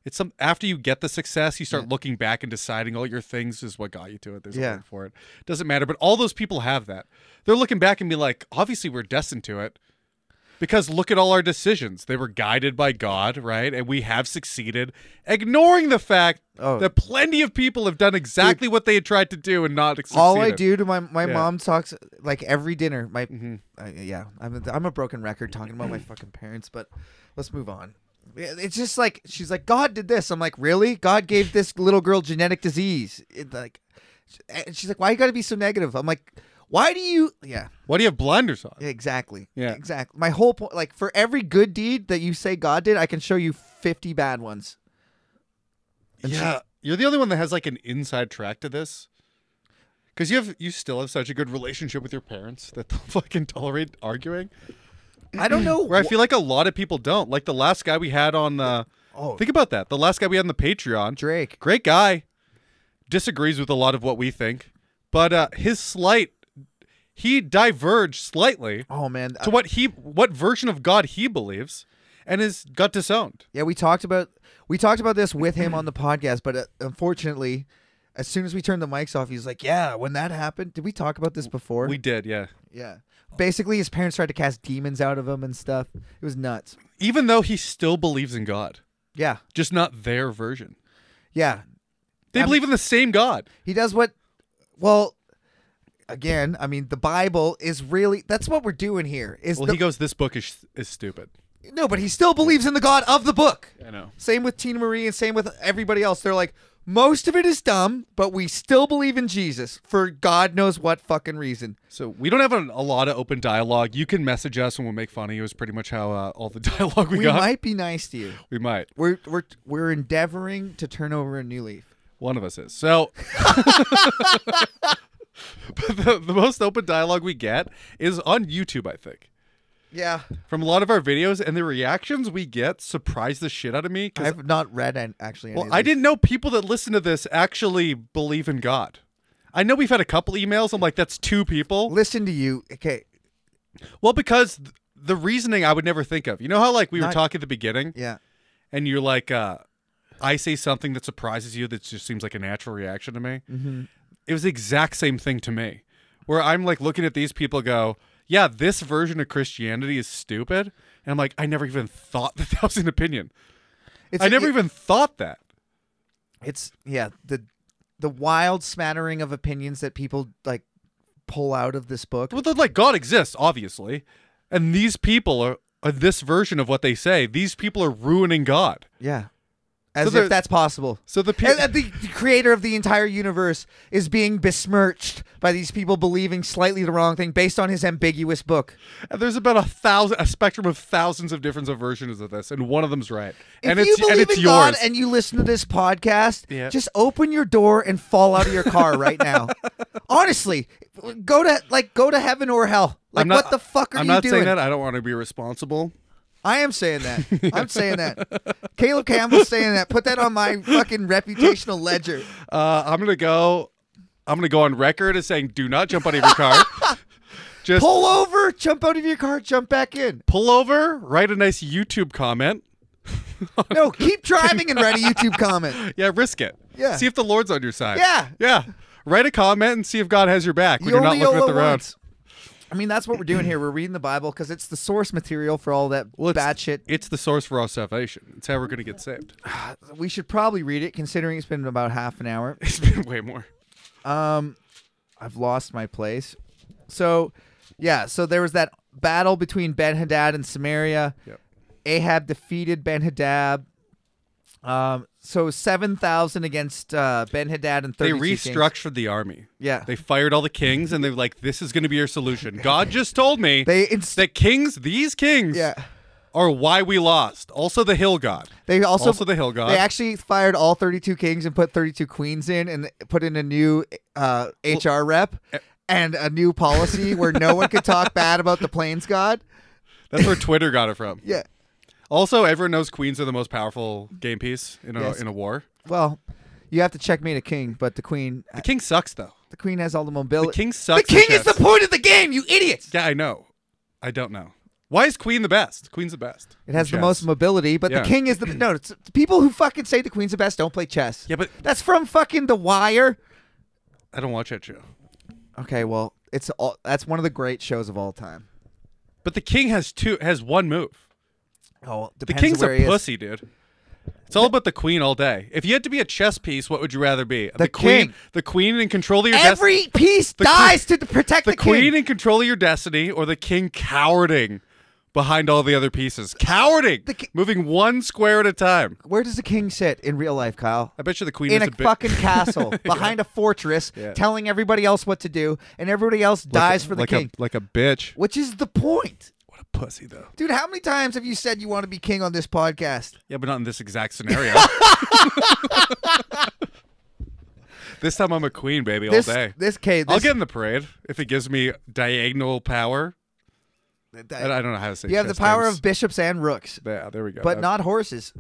S2: it's some after you get the success, you start looking back and deciding all your things is what got you to it. There's
S1: Yeah.
S2: a word for it. Doesn't matter, but all those people have that. They're looking back and be like, obviously we're destined to it. Because look at all our decisions. They were guided by God, right? And we have succeeded, ignoring the fact
S1: Oh.
S2: that plenty of people have done exactly what they had tried to do and not succeeded.
S1: All I do to my my
S2: Yeah. Mm-hmm.
S1: mom talks like every dinner. My I- yeah, I'm a, I'm a broken record talking about my fucking parents, but let's move on. Yeah, It's just like she's like God did this. I'm like really? God gave this little girl genetic disease. It, like, and she's like, why you got to be so negative? I'm like, why do you? Yeah,
S2: What do you have blinders on?
S1: exactly.
S2: Yeah.
S1: exactly. My whole point, like for every good deed that you say God did, I can show you 50 bad ones. And she-
S2: yeah, you're the only one that has like an inside track to this. Because you have, you still have such a good relationship with your parents that they'll fucking tolerate arguing.
S1: I don't know
S2: Where I
S1: wh-
S2: feel like a lot of people don't. Like the last guy we had on the,
S1: Oh.
S2: think about that. The last guy we had on the Patreon,
S1: Drake.
S2: great guy, disagrees with a lot of what we think, but uh, his slight, he diverged slightly
S1: Oh man,
S2: to what he, what version of God he believes, and is got disowned.
S1: Yeah, we talked about we talked about this with him on the podcast, but uh, unfortunately, as soon as we turned the mics off, he's like, "Yeah, when that happened, did we talk about this before?"
S2: We did, yeah.
S1: yeah. Basically, his parents tried to cast demons out of him and stuff. It was nuts.
S2: Even though he still believes in God,
S1: Yeah,
S2: just not their version.
S1: yeah.
S2: They
S1: I'm-
S2: believe in the same God.
S1: He does what? Well, again, I mean, the Bible is really that's what we're doing here. Is
S2: Well,
S1: the,
S2: he goes, "This book is is stupid."
S1: no, but he still believes in the God of the book.
S2: I know.
S1: Same with Tina Marie and same with everybody else. They're like, most of it is dumb, but we still believe in Jesus for God knows what fucking reason.
S2: So we don't have a, a lot of open dialogue. You can message us and we'll make fun of you. Is pretty much how uh, all the dialogue we,
S1: We
S2: got.
S1: might be nice to you.
S2: We might.
S1: We're we're we're endeavoring to turn over a new leaf.
S2: One of us is. So, but the, the most open dialogue we get is on YouTube. I think
S1: Yeah,
S2: from a lot of our videos and the reactions we get surprise the shit out of me. 'cause-
S1: I've not read an, actually. Any
S2: well,
S1: of
S2: I
S1: these.
S2: didn't know people that listen to this actually believe in God. I know we've had a couple emails. I'm like, that's two people.
S1: listen to you. Okay,
S2: Well, because th- the reasoning I would never think of. You know how like we were
S1: Not-
S2: talking at the beginning,
S1: yeah,
S2: and you're like, uh, I say something that surprises you that just seems like a natural reaction to me. Mm-hmm. It was the exact same thing to me, where I'm like looking at these people, go, yeah, this version of Christianity is stupid, and I'm like, I never even thought that that was an opinion.
S1: it's
S2: I never
S1: it-
S2: even thought that.
S1: It's yeah the the wild smattering of opinions that people like pull out of this book.
S2: Well, they're like God exists, obviously, and these people are, are this version of what they say. These people are ruining God.
S1: Yeah, as
S2: there-
S1: if that's possible.
S2: So the people
S1: And, and the, the creator of the entire universe is being besmirched by these people believing slightly the wrong thing based on his ambiguous book.
S2: And there's about a thousand, a spectrum of thousands of different versions of this, and one of them's right,
S1: If
S2: and
S1: you
S2: it's
S1: believe
S2: and it's
S1: in
S2: yours.
S1: God and you listen to this podcast,
S2: Yeah.
S1: just open your door and fall out of your car right now. Honestly, go to like go to heaven or hell. Like
S2: I'm not-
S1: what the fuck are
S2: I'm
S1: you
S2: not
S1: doing?
S2: saying that. I don't want to be responsible.
S1: I am saying that. I'm saying that. Caleb Campbell's saying that. Put that on my fucking reputational ledger.
S2: Uh, I'm gonna go. I'm gonna go on record as saying, do not jump out of your car. Just pull,
S1: Pull over, jump out of your car, jump back in.
S2: over, write a nice YouTube comment.
S1: No, keep driving and write a YouTube comment.
S2: Yeah, risk it.
S1: Yeah.
S2: See if the Lord's on your side.
S1: Yeah.
S2: Yeah. Write a comment and see if God has your back when
S1: You
S2: you're not
S1: only
S2: looking at
S1: YOLO
S2: the road.
S1: once. I mean, that's what we're doing here. We're reading the Bible because it's the source material for all that
S2: Well, it's-
S1: bad shit.
S2: It's the source for our salvation. It's how we're gonna get saved.
S1: We should probably read it, considering it's been about half an hour.
S2: It's been way more.
S1: Um, I've lost my place. So, yeah. So there was that battle between Ben Hadad and Samaria.
S2: Yep.
S1: Ahab defeated Ben Hadad. Um, so seven thousand against uh, Ben Haddad and
S2: They
S1: thirty.
S2: restructured the army.
S1: Yeah,
S2: They fired all the kings, and they're like, "This is going to be your solution." God just told me
S1: they inst-
S2: that kings, these kings,
S1: yeah.
S2: are why we lost. Also, the hill god.
S1: They also,
S2: Also the hill god.
S1: They actually fired all 32 kings and put 32 queens in and put in a new uh, HR rep
S2: eh.
S1: and a new policy where no one could talk bad about the plains god.
S2: That's where Twitter got it from.
S1: Yeah.
S2: Also, everyone knows queens are the most powerful game piece in a
S1: Yes.
S2: in a war.
S1: Well, you have to checkmate a king, but the queen
S2: The king sucks though.
S1: the queen has all the mobility.
S2: The king sucks.
S1: The king
S2: in
S1: is the
S2: chess.
S1: point of the game, you idiots.
S2: Yeah, I know. I don't know. Why is queen the best? Queen's the best.
S1: It has
S2: in
S1: the
S2: chess.
S1: most mobility, but
S2: Yeah.
S1: the king is the no. It's, people who fucking say the queen's the best don't play chess.
S2: Yeah, but
S1: That's from fucking The Wire.
S2: I don't watch that show.
S1: Okay, well, it's all that's one of the great shows of all time.
S2: But the king has two has one move.
S1: Oh,
S2: The
S1: depends
S2: king's
S1: where he
S2: a
S1: is.
S2: pussy, dude. It's all about the queen all day. If you had to be a chess piece, what would you rather be? The,
S1: king.
S2: queen, the queen in control of your destiny.
S1: Every piece
S2: queen-
S1: dies to protect the,
S2: The queen
S1: king.
S2: in control of your destiny, or the king cowarding behind all the other pieces, cowarding,
S1: The ki-
S2: moving one square at a time.
S1: Where does the king sit in real life, Kyle?
S2: I bet you the queen
S1: In
S2: is
S1: a
S2: a bit-
S1: fucking castle behind a fortress,
S2: Yeah.
S1: telling everybody else what to do, and everybody else dies for the
S2: like
S1: king,
S2: a, like a bitch.
S1: which is the point.
S2: What a pussy, though.
S1: Dude, how many times have you said you want to be king on this podcast?
S2: Yeah, but not in this exact scenario. this time I'm a queen, baby,
S1: This,
S2: all day.
S1: this K,
S2: I'll
S1: this,
S2: get in the parade if it gives me diagonal power. I, I don't know how to say.
S1: you have the
S2: chess
S1: power
S2: names.
S1: of bishops and rooks.
S2: Yeah, there we go.
S1: but
S2: I-
S1: not horses.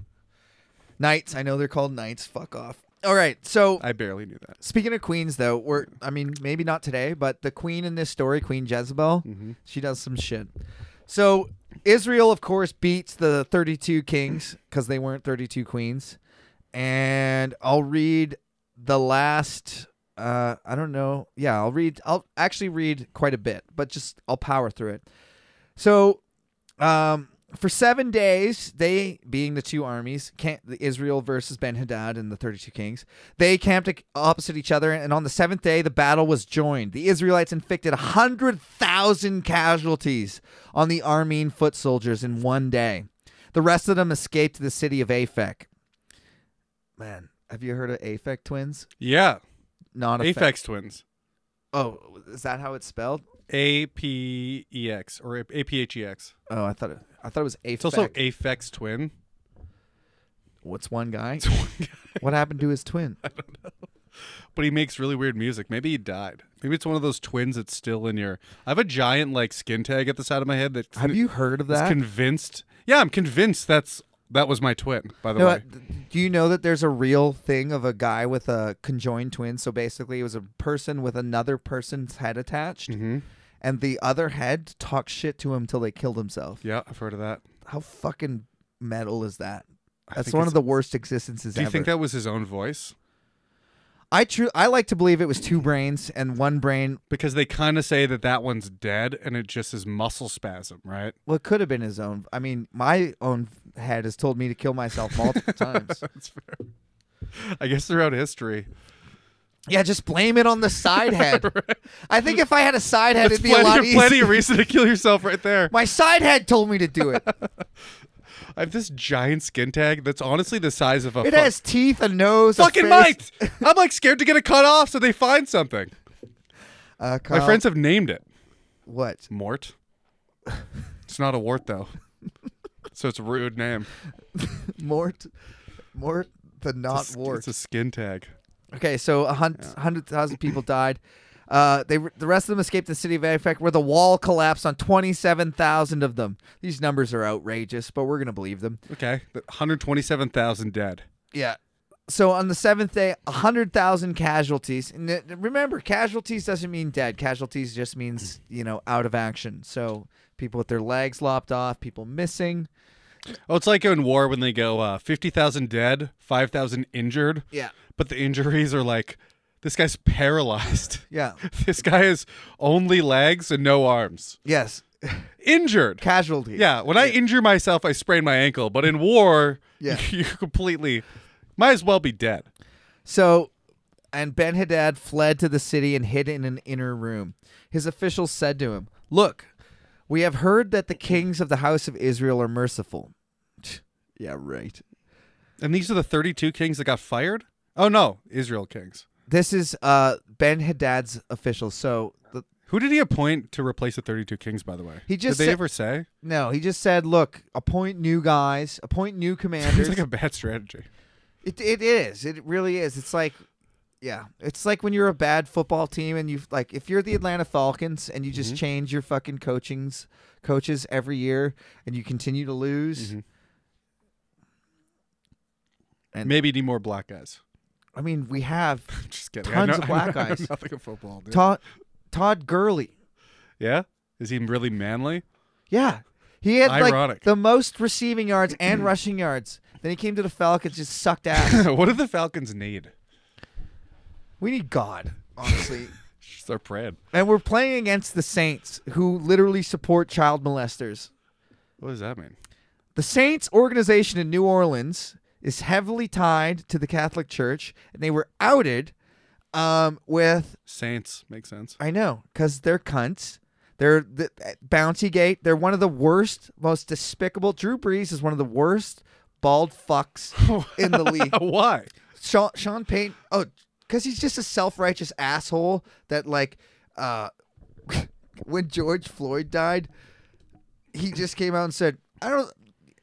S1: Knights, I know they're called knights. Fuck off. All right, so
S2: I barely knew that.
S1: speaking of queens, though, we're I mean maybe not today, but the queen in this story, Queen Jezebel, she does some shit. So Israel, of course, beats the thirty-two kings because they weren't thirty-two queens, and I'll read the last. Uh, I don't know. Yeah, I'll read. I'll actually read quite a bit, but just I'll power through it. So um, for seven days, they, being the two armies, camp- the Israel versus Ben Hadad and the 32 kings, they camped ac- opposite each other. And on the seventh day, the battle was joined. The Israelites inflicted 100,000 casualties on the Armene foot soldiers in one day. The rest of them escaped to the city of Aphek. Man, have you heard of Aphek twins?
S2: Yeah,
S1: Not Aphek.
S2: Aphex Twins.
S1: Oh, is that how it's spelled?
S2: A P E X or A P H E X.
S1: Oh, I thought it, I thought it was Aphek.
S2: It's also Aphex Twin.
S1: What's one guy?
S2: It's one guy,
S1: what happened to his twin?
S2: but he makes really weird music. Maybe he died. Maybe it's one of those twins that's still in your. I have a giant like skin tag at the side of my head that's
S1: Have you heard of
S2: that's
S1: that?
S2: convinced. Yeah, I'm convinced that's that was my twin. By the
S1: No,
S2: way,
S1: uh, th- do you know that there's a real thing of a guy with a conjoined twin? So basically, it was a person with another person's head attached,
S2: Mm-hmm.
S1: and the other head talked shit to him till they killed himself.
S2: yeah, I've heard of that.
S1: How fucking metal is that? That's
S2: think
S1: one
S2: it's-
S1: of the worst existences
S2: Do you
S1: ever.
S2: think that was his own voice?
S1: I true. I like to believe it was two brains and one brain.
S2: Because they kind of say that that one's dead, and it just is muscle spasm, right?
S1: Well, it could have been his own. I mean, my own head has told me to kill myself multiple times.
S2: That's fair. I guess throughout history,
S1: Yeah, just blame it on the side head. I think if I had a side head, it'd be a
S2: plenty,
S1: lot easier.
S2: plenty of reason to kill yourself right there.
S1: My side head told me to do it.
S2: I have this giant skin tag that's honestly the size of a
S1: It
S2: fuck-
S1: has teeth, a nose, a
S2: fucking
S1: face.
S2: might. I'm like scared to get it cut off, so they find something.
S1: Uh,
S2: My
S1: Kyle,
S2: friends have named it
S1: what?
S2: Mort. It's not a wart though, so it's a rude name.
S1: Mort, Mort, the not
S2: It's-
S1: wart.
S2: It's a skin tag.
S1: Okay, so a hun- hundred thousand people died. Uh, they were- the rest of them escaped the city of Afek, where the wall collapsed on twenty-seven thousand of them. These numbers are outrageous, but we're gonna believe them.
S2: Okay, 127,000 dead.
S1: Yeah. So on the seventh day, hundred thousand casualties. And th- remember, casualties doesn't mean dead. Casualties just means you know out of action. So people with their legs lopped off, people missing.
S2: Oh, it's like in war when they go uh, 50,000 dead, 5,000 injured.
S1: Yeah.
S2: But the injuries are like this guy's paralyzed.
S1: Yeah.
S2: this guy has only legs and no arms.
S1: Yes.
S2: Injured.
S1: Casualties.
S2: Yeah, when I injure myself, I sprain my ankle. But in war,
S1: Yeah.
S2: you're completely, might as well be dead.
S1: So, and Ben Hadad fled to the city and hid in an inner room. His officials said to him, Look, we have heard that the kings of the house of Israel are merciful. yeah, right.
S2: And these are the 32 kings that got fired? Oh, no, Israel kings.
S1: This is uh, Ben Haddad's officials. So the,
S2: Who did he appoint to replace the 32 kings, by the way?
S1: He just
S2: did they
S1: said-
S2: ever say?
S1: no, he just said, "Look, appoint new guys, appoint new commanders."
S2: It's like a bad strategy.
S1: It it is. It really is. It's like yeah. It's like when you're a bad football team and you've like if you're the Atlanta Falcons and you just change your fucking coachings coaches every year and you continue to lose.
S2: Mhm.
S1: And-
S2: Maybe you need more black guys.
S1: I mean, we have
S2: Just kidding.
S1: Tons
S2: I know,
S1: of black
S2: I know, I know
S1: guys.
S2: nothing of football, dude.
S1: Todd Todd Gurley.
S2: yeah? Is he really manly?
S1: Yeah. He had like
S2: Ironic.
S1: the most receiving yards and rushing yards. Then he came to the Falcons, just sucked ass.
S2: what do the Falcons need?
S1: we need God, honestly.
S2: Just their praying.
S1: and we're playing against the Saints, who literally support child molesters.
S2: What does that mean?
S1: The Saints organization in New Orleans is heavily tied to the Catholic Church, and they were outed um, with
S2: Saints makes sense.
S1: I know because they're cunts. They're the, Bounty Gate. They're one of the worst, most despicable. Drew Brees is one of the worst bald fucks in the league.
S2: Why?
S1: Sean, Sean Payton. Oh, because he's just a self-righteous asshole that like, uh, when George Floyd died, he just came out and said, "I don't."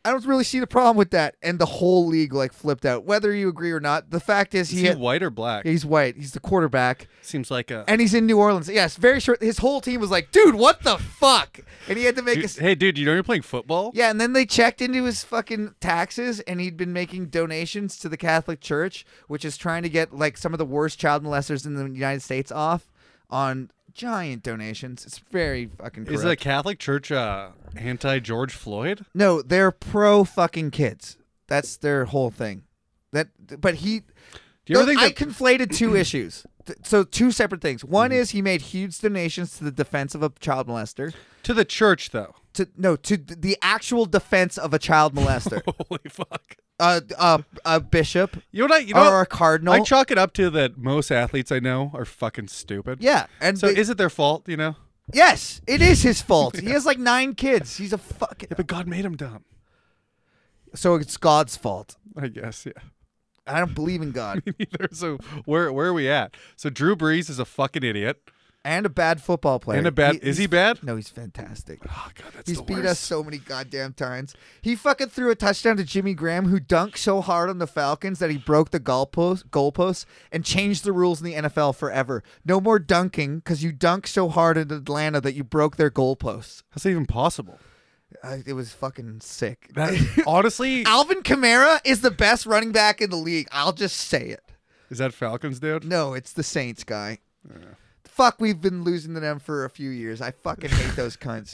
S1: I don't really see the problem with that, and the whole league like flipped out. Whether you agree or not, the fact is
S2: Is
S1: he,
S2: he white or black?
S1: he's white. He's the quarterback,
S2: Seems like a.
S1: and he's in New Orleans. Yes, very short. His whole team was like, "Dude, what the fuck?" And he had to make
S2: Dude-
S1: a s-
S2: hey, dude, you know you're playing football?
S1: yeah, and then they checked into his fucking taxes, and he'd been making donations to the Catholic Church, which is trying to get like some of the worst child molesters in the United States off on giant donations. It's very fucking. Corrupt.
S2: Is the Catholic Church uh, anti George Floyd?
S1: no, they're pro fucking kids. That's their whole thing. That, but he.
S2: Do you ever
S1: Those-
S2: think
S1: I
S2: that-
S1: conflated two issues. Th- So two separate things. One
S2: Mm-hmm.
S1: is he made huge donations to the defense of a child molester.
S2: To the church, though.
S1: To no, to th- the actual defense of a child molester.
S2: Holy fuck.
S1: uh, uh, a bishop
S2: You know what? I, you know
S1: or
S2: what?
S1: a cardinal.
S2: I chalk it up to that most athletes I know are fucking stupid.
S1: yeah, and
S2: So
S1: they-
S2: is it their fault, you know?
S1: yes, it is his fault. He has like nine kids. He's a fucking.
S2: Yeah, but God made them dumb.
S1: So it's God's fault.
S2: I guess, yeah.
S1: I don't believe in God
S2: Me neither. So where where are we at? So Drew Brees is a fucking idiot.
S1: and a bad football player.
S2: And a bad- is
S1: he's-
S2: he bad?
S1: No, he's fantastic.
S2: Oh god, that's
S1: He's
S2: the
S1: beat
S2: worst.
S1: us so many goddamn times. He fucking threw a touchdown to Jimmy Graham, who dunked so hard on the Falcons that he broke the goalpost, goalposts and changed the rules in the NFL forever. No more dunking because you dunked so hard at Atlanta that you broke their goalposts.
S2: How's that even possible?
S1: Uh, it was fucking sick.
S2: That honestly
S1: Alvin Kamara is the best running back in the league. I'll just say it.
S2: is that Falcons dude?
S1: No, it's the Saints guy. Fuck, we've been losing to them for a few years. I fucking hate those cunts.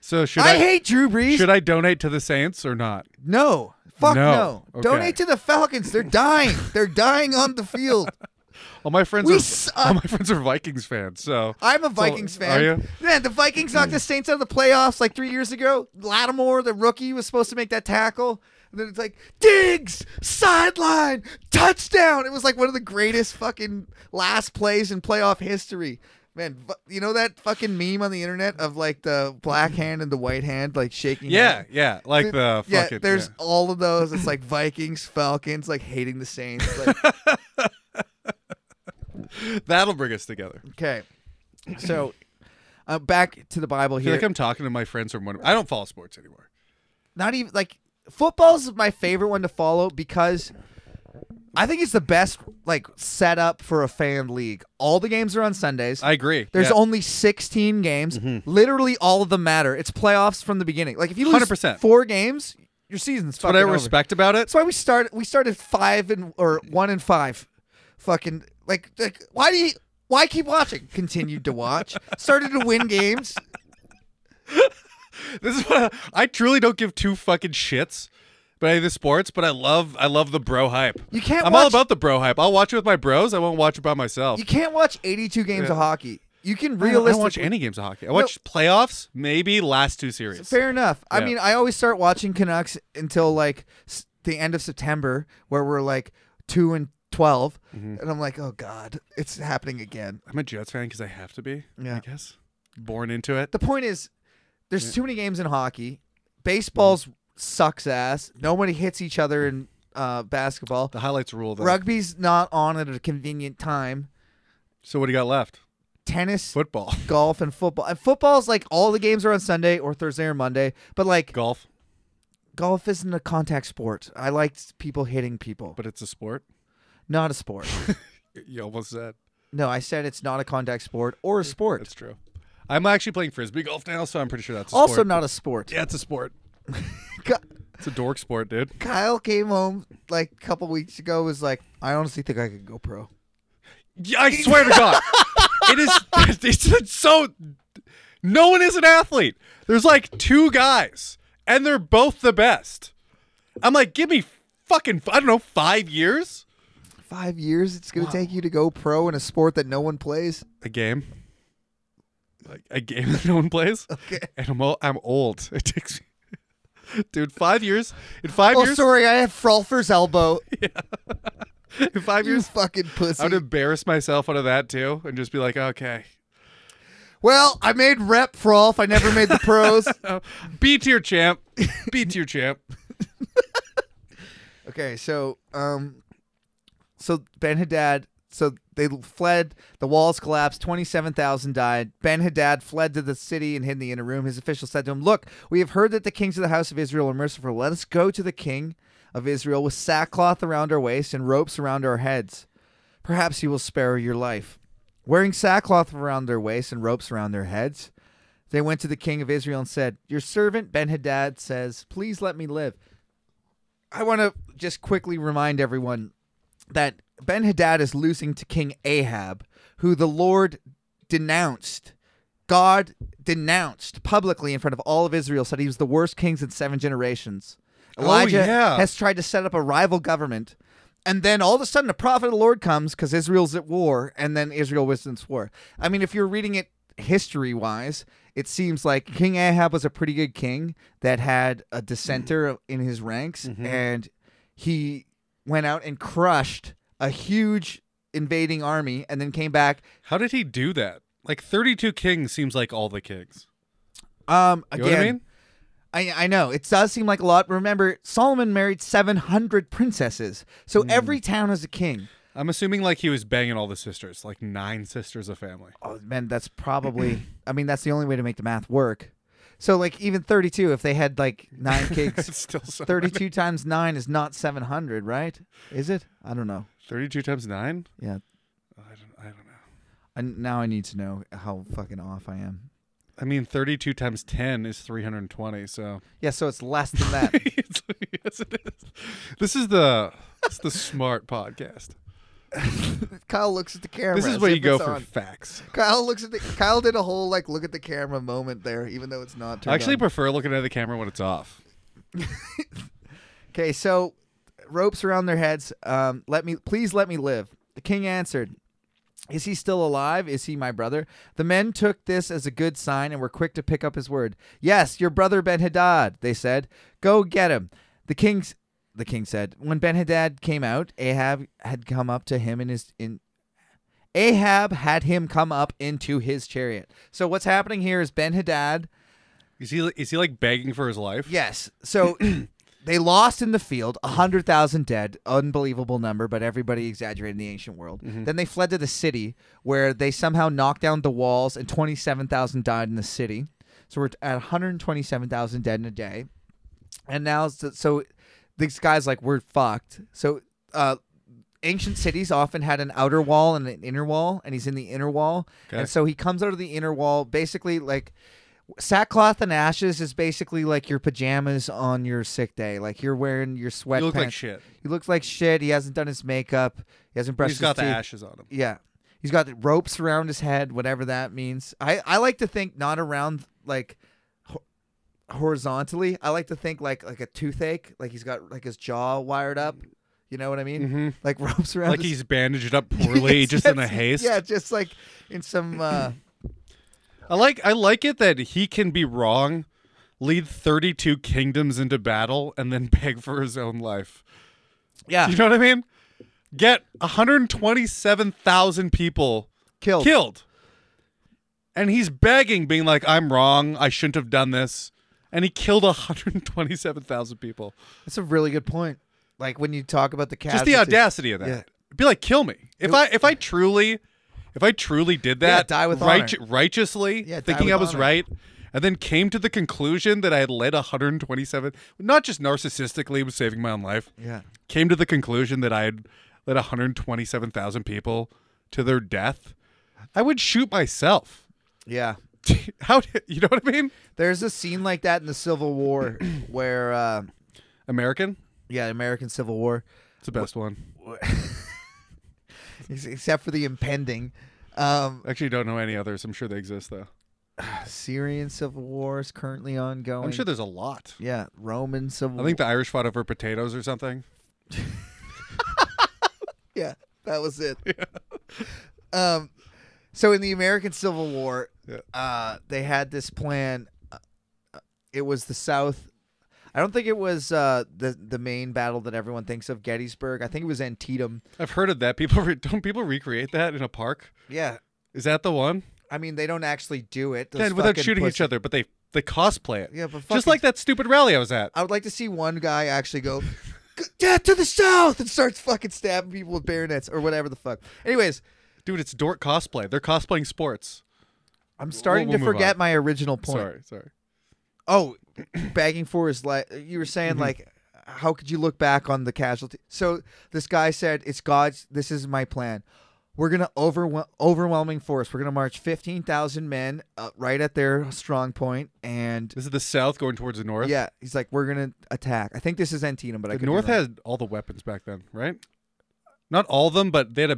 S2: So should I,
S1: I, hate Drew Brees.
S2: should I donate to the Saints or not?
S1: No. Fuck no.
S2: No. Okay.
S1: Donate to the Falcons. They're dying. They're dying on the field.
S2: All my friends
S1: We
S2: are
S1: suck.
S2: all my friends are Vikings fans, so
S1: I'm a
S2: so-
S1: Vikings fan.
S2: Are you?
S1: Man, the Vikings knocked the Saints out of the playoffs like three years ago. Lattimore, the rookie, was supposed to make that tackle. And then it's like, Diggs, sideline, touchdown. It was like one of the greatest fucking last plays in playoff history. Man, fu- you know that fucking meme on the internet of like the black hand and the white hand like shaking?
S2: Yeah,
S1: hands?
S2: yeah. Like the
S1: yeah,
S2: fucking
S1: there's
S2: yeah.
S1: all of those. It's like Vikings, Falcons, like hating the Saints. Like,
S2: That'll bring us together.
S1: okay, so uh, back to the Bible
S2: I feel
S1: here.
S2: like I'm talking to my friends from one. I don't follow sports anymore.
S1: Not even like football's my favorite one to follow because I think it's the best like setup for a fan league. All the games are on Sundays.
S2: I agree.
S1: There's
S2: yeah. Mm-hmm.
S1: only 16 games. Literally, all of them matter. It's playoffs from the beginning. Like if you lose
S2: 100%.
S1: four games, your season's
S2: what
S1: fucking
S2: I
S1: over.
S2: respect about it.
S1: That's why we started. We started five and or one and five. Fucking like, like why do you? Why keep watching? Continued to watch. Started to win games.
S2: This is what I, I truly don't give two fucking shits about any of the sports, but I love I love the bro hype.
S1: You can't
S2: I'm all
S1: watch-
S2: about the bro hype. I'll watch it with my bros. I won't watch it by myself.
S1: You can't watch 82 games
S2: Yeah.
S1: of hockey. You can
S2: I don't- I don't
S1: realistically
S2: watch any games of hockey. I watch playoffs, maybe last two series.
S1: Fair enough. I
S2: Yeah.
S1: mean, I always start watching Canucks until like s- the end of September, where we're like two and 12
S2: Mm-hmm.
S1: and I'm like, oh god, it's happening again.
S2: I'm a Jets fan because I have to be.
S1: Yeah.
S2: I guess born into it.
S1: The point is,
S2: Mm-hmm.
S1: there's too many games in hockey. Baseball's sucks ass. Nobody hits each other in uh, basketball.
S2: The highlights rule. Though.
S1: Rugby's not on at a convenient time.
S2: So what do you got left?
S1: Tennis,
S2: Football,
S1: golf, and football. And football's like all the games are on Sunday or Thursday or Monday. But like
S2: golf,
S1: golf isn't a contact sport. I like people hitting people.
S2: but it's a sport.
S1: not a sport.
S2: You almost said
S1: no, I said it's not a contact sport or a sport.
S2: that's true. I'm actually playing frisbee golf now, so I'm pretty sure that's a
S1: Also
S2: sport.
S1: not a sport.
S2: Yeah, it's a sport.
S1: Ki-
S2: It's a dork sport, dude.
S1: Kyle came home like a couple weeks ago was like, I honestly think I could go pro.
S2: Yeah, I swear to God, it is. It's, it's so. No one is an athlete. There's like two guys, and they're both the best. I'm like, give me fucking. I don't know, five years.
S1: Five years it's gonna take you to go pro in a sport that no one plays.
S2: A game. Like a game that no one plays.
S1: Okay.
S2: And I'm o- I'm old. It takes me. Dude, five years. In five
S1: Oh,
S2: years.
S1: sorry, I have Frolfer's elbow.
S2: In five
S1: you
S2: years.
S1: fucking pussy.
S2: I would embarrass myself out of that too, and just be like, okay,
S1: Well, I made rep Frolf. I never made the pros.
S2: oh, B tier champ, B tier champ.
S1: okay, so um, so Ben Haddad. So they fled. The walls collapsed. Twenty-seven thousand died. Ben Haddad fled to the city and hid in the inner room. His officials said to him, "Look, we have heard that the kings of the house of Israel are merciful. Let us go to the king of Israel with sackcloth around our waist and ropes around our heads. Perhaps he will spare your life." Wearing sackcloth around their waists and ropes around their heads, they went to the king of Israel and said, "Your servant Ben Haddad says, please let me live." I want to just quickly remind everyone that Ben Hadad is losing to King Ahab, who the Lord denounced. God denounced publicly in front of all of Israel, said he was the worst king in seven generations.
S2: Oh,
S1: Elijah
S2: yeah.
S1: has tried to set up a rival government. And then all of a sudden, a prophet of the Lord comes because Israel's at war, and then Israel wins this war. I mean, if you're reading it history wise, it seems like King Ahab was a pretty good king that had a dissenter
S2: Mm-hmm.
S1: in his ranks, and he went out and crushed a huge invading army and then came back.
S2: How did he do that? Like 32 kings seems like all the kings.
S1: Um,
S2: You
S1: again,
S2: know what I mean?
S1: I, I know it does seem like a lot. Remember, Solomon married 700 princesses, so
S2: Hmm.
S1: every town has a king.
S2: I'm assuming like he was banging all the sisters, like nine sisters a family.
S1: Oh man, that's probably. I mean, that's the only way to make the math work. So like even 32, if they had like nine
S2: It's
S1: kings,
S2: still so
S1: 32 times nine is not 700, right? Is it? I don't know.
S2: 32 times nine.
S1: Yeah,
S2: I don't. I don't know.
S1: and now I need to know how fucking off I am.
S2: I mean, 32 times 10 is 320. So
S1: Yeah, so it's less than that.
S2: It's- yes, it is. This is the it's the smart podcast.
S1: Kyle looks at the camera.
S2: This is
S1: as
S2: where
S1: if
S2: you go
S1: it's
S2: for
S1: on.
S2: facts.
S1: Kyle looks at the. Kyle did a whole like look at the camera moment there, even though it's not.
S2: I actually
S1: on.
S2: prefer looking at the camera when it's off.
S1: Okay, so ropes around their heads. Um, let me, please let me live. The king answered, Is he still alive? Is he my brother? The men took this as a good sign and were quick to pick up his word. Yes, your brother Ben Hadad, they said. Go get him. The king's the king said, When Ben Hadad came out, Ahab had come up to him in his in Ahab had him come up into his chariot. So what's happening here is Ben Hadad
S2: Is he is he like begging for his life?
S1: Yes. So they lost in the field, 100,000 dead, unbelievable number, but everybody exaggerated in the ancient world. Then they fled to the city where they somehow knocked down the walls and 27,000 died in the city. So we're at 127,000 dead in a day. And now, so, so these guys like, we're fucked. So, uh, Ancient cities often had an outer wall and an inner wall, and he's in the inner wall.
S2: Okay.
S1: And so he comes out of the inner wall, basically like sackcloth and ashes is basically like your pajamas on your sick day. Like you're wearing your sweatpants.
S2: You look like shit.
S1: He looks like shit. He hasn't done his makeup. He hasn't brushed
S2: He's got the
S1: his teeth.
S2: ashes on him.
S1: Yeah. He's got the ropes around his head, whatever that means. I, I like to think not around like ho- horizontally. I like to think like like a toothache, like he's got like his jaw wired up. You know what I mean?
S2: Mhm.
S1: Like ropes around
S2: Like
S1: his
S2: he's bandaged up poorly,
S1: Yes,
S2: just in a
S1: yes,
S2: haste.
S1: Yeah, just like in some uh
S2: I like I like it that he can be wrong, lead 32 kingdoms into battle and then beg for his own life.
S1: yeah,
S2: You know what I mean? Get 127,000 people
S1: killed.
S2: killed. And he's begging being like I'm wrong, I shouldn't have done this. And he killed 127,000 people.
S1: That's a really good point. Like when you talk about the
S2: Just
S1: casualties.
S2: the audacity of that.
S1: Yeah.
S2: It'd be like, kill me. If I if I truly, if I truly did that,
S1: die with
S2: righteously,
S1: Yeah, die
S2: thinking
S1: with
S2: I was
S1: honor.
S2: right, and then came to the conclusion that I had led 127, not just narcissistically was saving my own life,
S1: Yeah.
S2: came to the conclusion that I had led 127,000 people to their death, I would shoot myself.
S1: Yeah.
S2: How d- you know what I mean?
S1: There's a scene like that in the Civil War where, uh,
S2: American,
S1: yeah, American Civil War,
S2: it's the best one.
S1: ex- except for the impending um,
S2: Actually, don't know any others. I'm sure they exist though.
S1: Syrian Civil War is currently ongoing.
S2: I'm sure there's a lot.
S1: yeah, Roman Civil.
S2: I think the Irish fought over potatoes or something.
S1: yeah, that was it. Um, so in the American Civil War,
S2: Yeah.
S1: uh, they had this plan. Uh, It was the South. I don't think it was uh, the the main battle that everyone thinks of, Gettysburg. I think it was Antietam.
S2: I've heard of that. People re- don't people recreate that in a park.
S1: Yeah,
S2: Is that the one?
S1: I mean they don't actually do it. those
S2: Then without
S1: fucking
S2: shooting each
S1: pussy-
S2: other, but they they cosplay it.
S1: Yeah, but
S2: just
S1: fucking-
S2: like that stupid rally I was at.
S1: I would like to see one guy actually go, "G- "Death to the South!" and starts fucking stabbing people with bayonets or whatever the fuck. Anyways,
S2: Dude, it's dork cosplay. They're cosplaying sports.
S1: I'm starting
S2: we'll
S1: to
S2: move on.
S1: forget my original point.
S2: Sorry, sorry.
S1: Oh, begging for his life. You were saying
S2: Mm-hmm.
S1: like, how could you look back on the casualty? So this guy said, "It's God's. This is my plan. We're gonna overwhel- overwhelming force. We're gonna march fifteen thousand men uh, right at their strong point, and
S2: This is the South going towards the North.
S1: yeah, he's like, we're gonna attack. I think this is Antietam, but I
S2: the
S1: could be
S2: North
S1: wrong.
S2: had all the weapons back then, right? Not all of them, but they had a.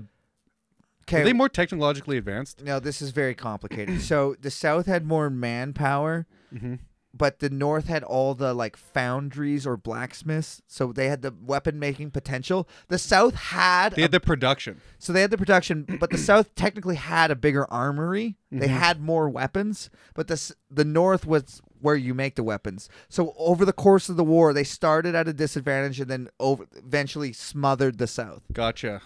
S2: Were
S1: okay.
S2: they more technologically advanced?
S1: no, this is very complicated. so the South had more manpower.
S2: Mm-hmm.
S1: But the North had all the like foundries or blacksmiths, so they had the weapon making potential. The South had
S2: They had the production.
S1: So they had the production, but the South technically had a bigger armory. They
S2: Mm-hmm.
S1: had more weapons, but the s- the North was where you make the weapons. So over the course of the war, they started at a disadvantage and then over, eventually smothered the South.
S2: Gotcha.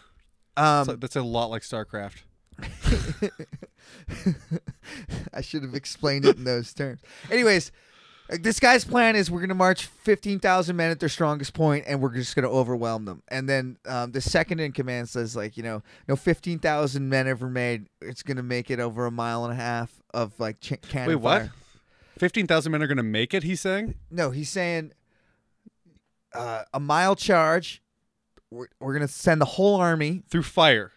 S1: Um,
S2: So that's a lot like StarCraft.
S1: I should have explained it in those terms. Anyways, like, this guy's plan is we're going to march 15,000 men at their strongest point and we're just going to overwhelm them. And then um, the second in command says, like, you know, no 15,000 men ever made. It's going to make it over a mile and a half of like ch- cannon
S2: Wait, what?
S1: fire."
S2: Fifteen thousand men are gonna make it. He's saying.
S1: No, he's saying uh, a mile charge. We're, we're going to send the whole army
S2: through fire.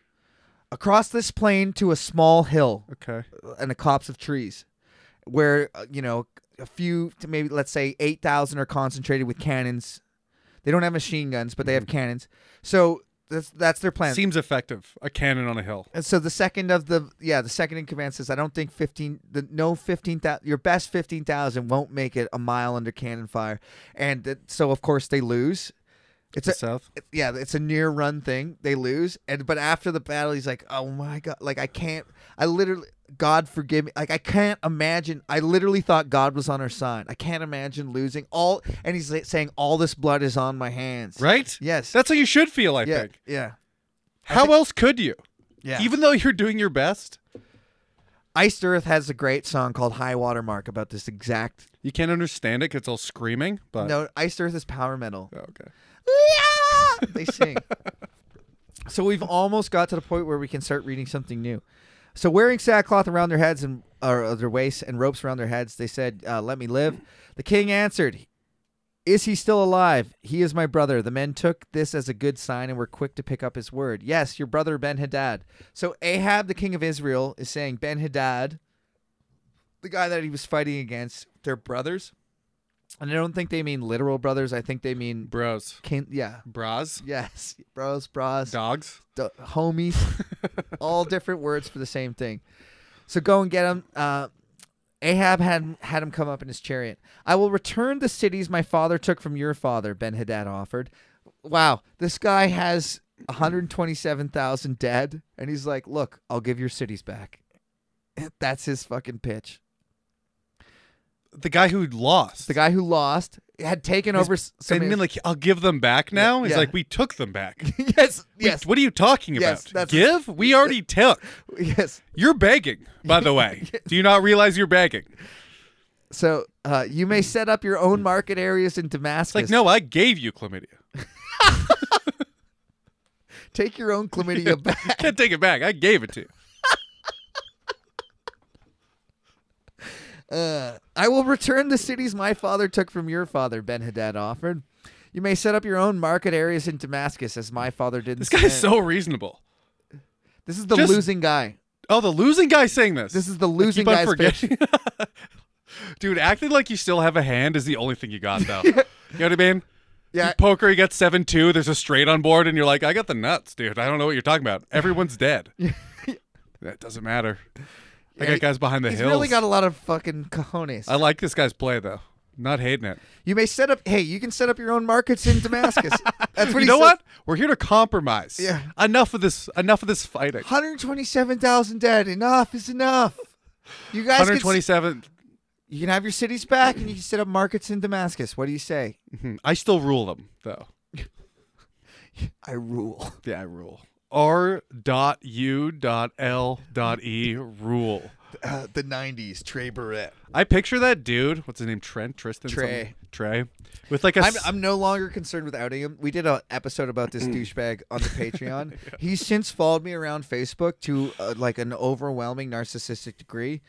S1: across this plain to a small hill.
S2: Okay.
S1: and a copse of trees where uh, you know a few to maybe let's say 8000 are concentrated with cannons they don't have machine guns but they have cannons so that's that's their plan
S2: Seems effective. A cannon on a hill.
S1: and so the second of the yeah the second in command says i don't think 15 the no 15000 your best 15000 won't make it a mile under cannon fire and that, so of course they lose it's
S2: The
S1: a,
S2: south.
S1: it- yeah, it's a near run thing. They lose, and but after the battle, he's like, "Oh my god! Like I can't. I literally, God forgive me. Like I can't imagine. I literally thought God was on our side. I can't imagine losing all." And he's like, saying, "All this blood is on my hands."
S2: Right.
S1: Yes.
S2: That's how you should feel. I
S1: yeah.
S2: think.
S1: Yeah.
S2: How else could you?
S1: Yeah.
S2: Even though you're doing your best,
S1: Iced Earth has a great song called "High Water Mark" about this exact.
S2: you can't understand it 'cause it's all screaming. But
S1: No, Iced Earth is power metal.
S2: Oh, okay.
S1: Yeah! they sing. so we've almost got to the point where we can start reading something new. So wearing sackcloth around their heads and or uh, their waists and ropes around their heads, they said, uh, "Let me live." The king answered, "Is he still alive? He is my brother." The men took this as a good sign and were quick to pick up his word. Yes, your brother Ben Hadad. So Ahab, the king of Israel, is saying Ben Hadad, the guy that he was fighting against, they're brothers. And I don't think they mean literal brothers. I think they mean
S2: Bros.
S1: can yeah.
S2: Bras.
S1: Yes. Bros, bras,
S2: Dogs.
S1: d- homies, all different words for the same thing. So go and get him. Uh, Ahab had had him come up in his chariot. I will return the cities my father took from your father, Ben Hadad offered. Wow, this guy has 127,000 dead, and he's like, Look, I'll give your cities back. That's his fucking pitch.
S2: The guy who lost.
S1: The guy who lost had taken over. s-
S2: And
S1: some-
S2: then like, I'll give them back now. He's
S1: yeah.
S2: like, we took them back.
S1: yes, yes,
S2: What are you talking
S1: Yes,
S2: about?
S1: that's-
S2: Give? We already took.
S1: yes.
S2: You're begging, by the way. Do you not realize you're begging?
S1: So
S2: Hmm.
S1: uh, you may set up your own market areas in Damascus.
S2: It's like, no, I gave you chlamydia.
S1: Take your own chlamydia back.
S2: Can't take it back. I gave it to you.
S1: Uh, I will return the cities my father took from your father, Ben Haddad offered. You may set up your own market areas in Damascus as my father did in
S2: This guy's
S1: Samaria."
S2: so reasonable.
S1: This is the
S2: just-
S1: losing guy.
S2: Oh, the losing guy saying this.
S1: This is the
S2: I
S1: losing
S2: keep on
S1: guy's pitch.
S2: forgetting. Dude, acting like you still have a hand is the only thing you got, though. You know what I mean?
S1: Yeah.
S2: In poker, you got 7 2, there's a straight on board, and you're like, I got the nuts, dude. I don't know what you're talking about. Everyone's dead. that doesn't matter. I
S1: Yeah,
S2: got guys behind the
S1: He's
S2: hills.
S1: really got a lot of fucking cojones.
S2: I like this guy's play, though. Not hating it.
S1: you may set up. Hey, you can set up your own markets in Damascus. That's what
S2: you
S1: he
S2: know
S1: said.
S2: what? We're here to compromise.
S1: Yeah.
S2: Enough of this. Enough of this fighting.
S1: 127,000 dead. Enough is enough. You guys can s-
S2: 127.
S1: you can have your cities back and you can set up markets in Damascus. What do you say?
S2: Mhm. I still rule them though.
S1: I rule.
S2: Yeah, I rule. R dot U dot L dot E rule.
S1: Uh, the 90s, Trey Barrett.
S2: I picture that dude. What's his name? Trent Tristan. something?
S1: Trey.
S2: Trey. With like a.
S1: I'm,
S2: s-
S1: I'm no longer concerned with outing him. We did an episode about this douchebag on the Patreon. He's since followed me around Facebook to uh, like an overwhelming narcissistic degree,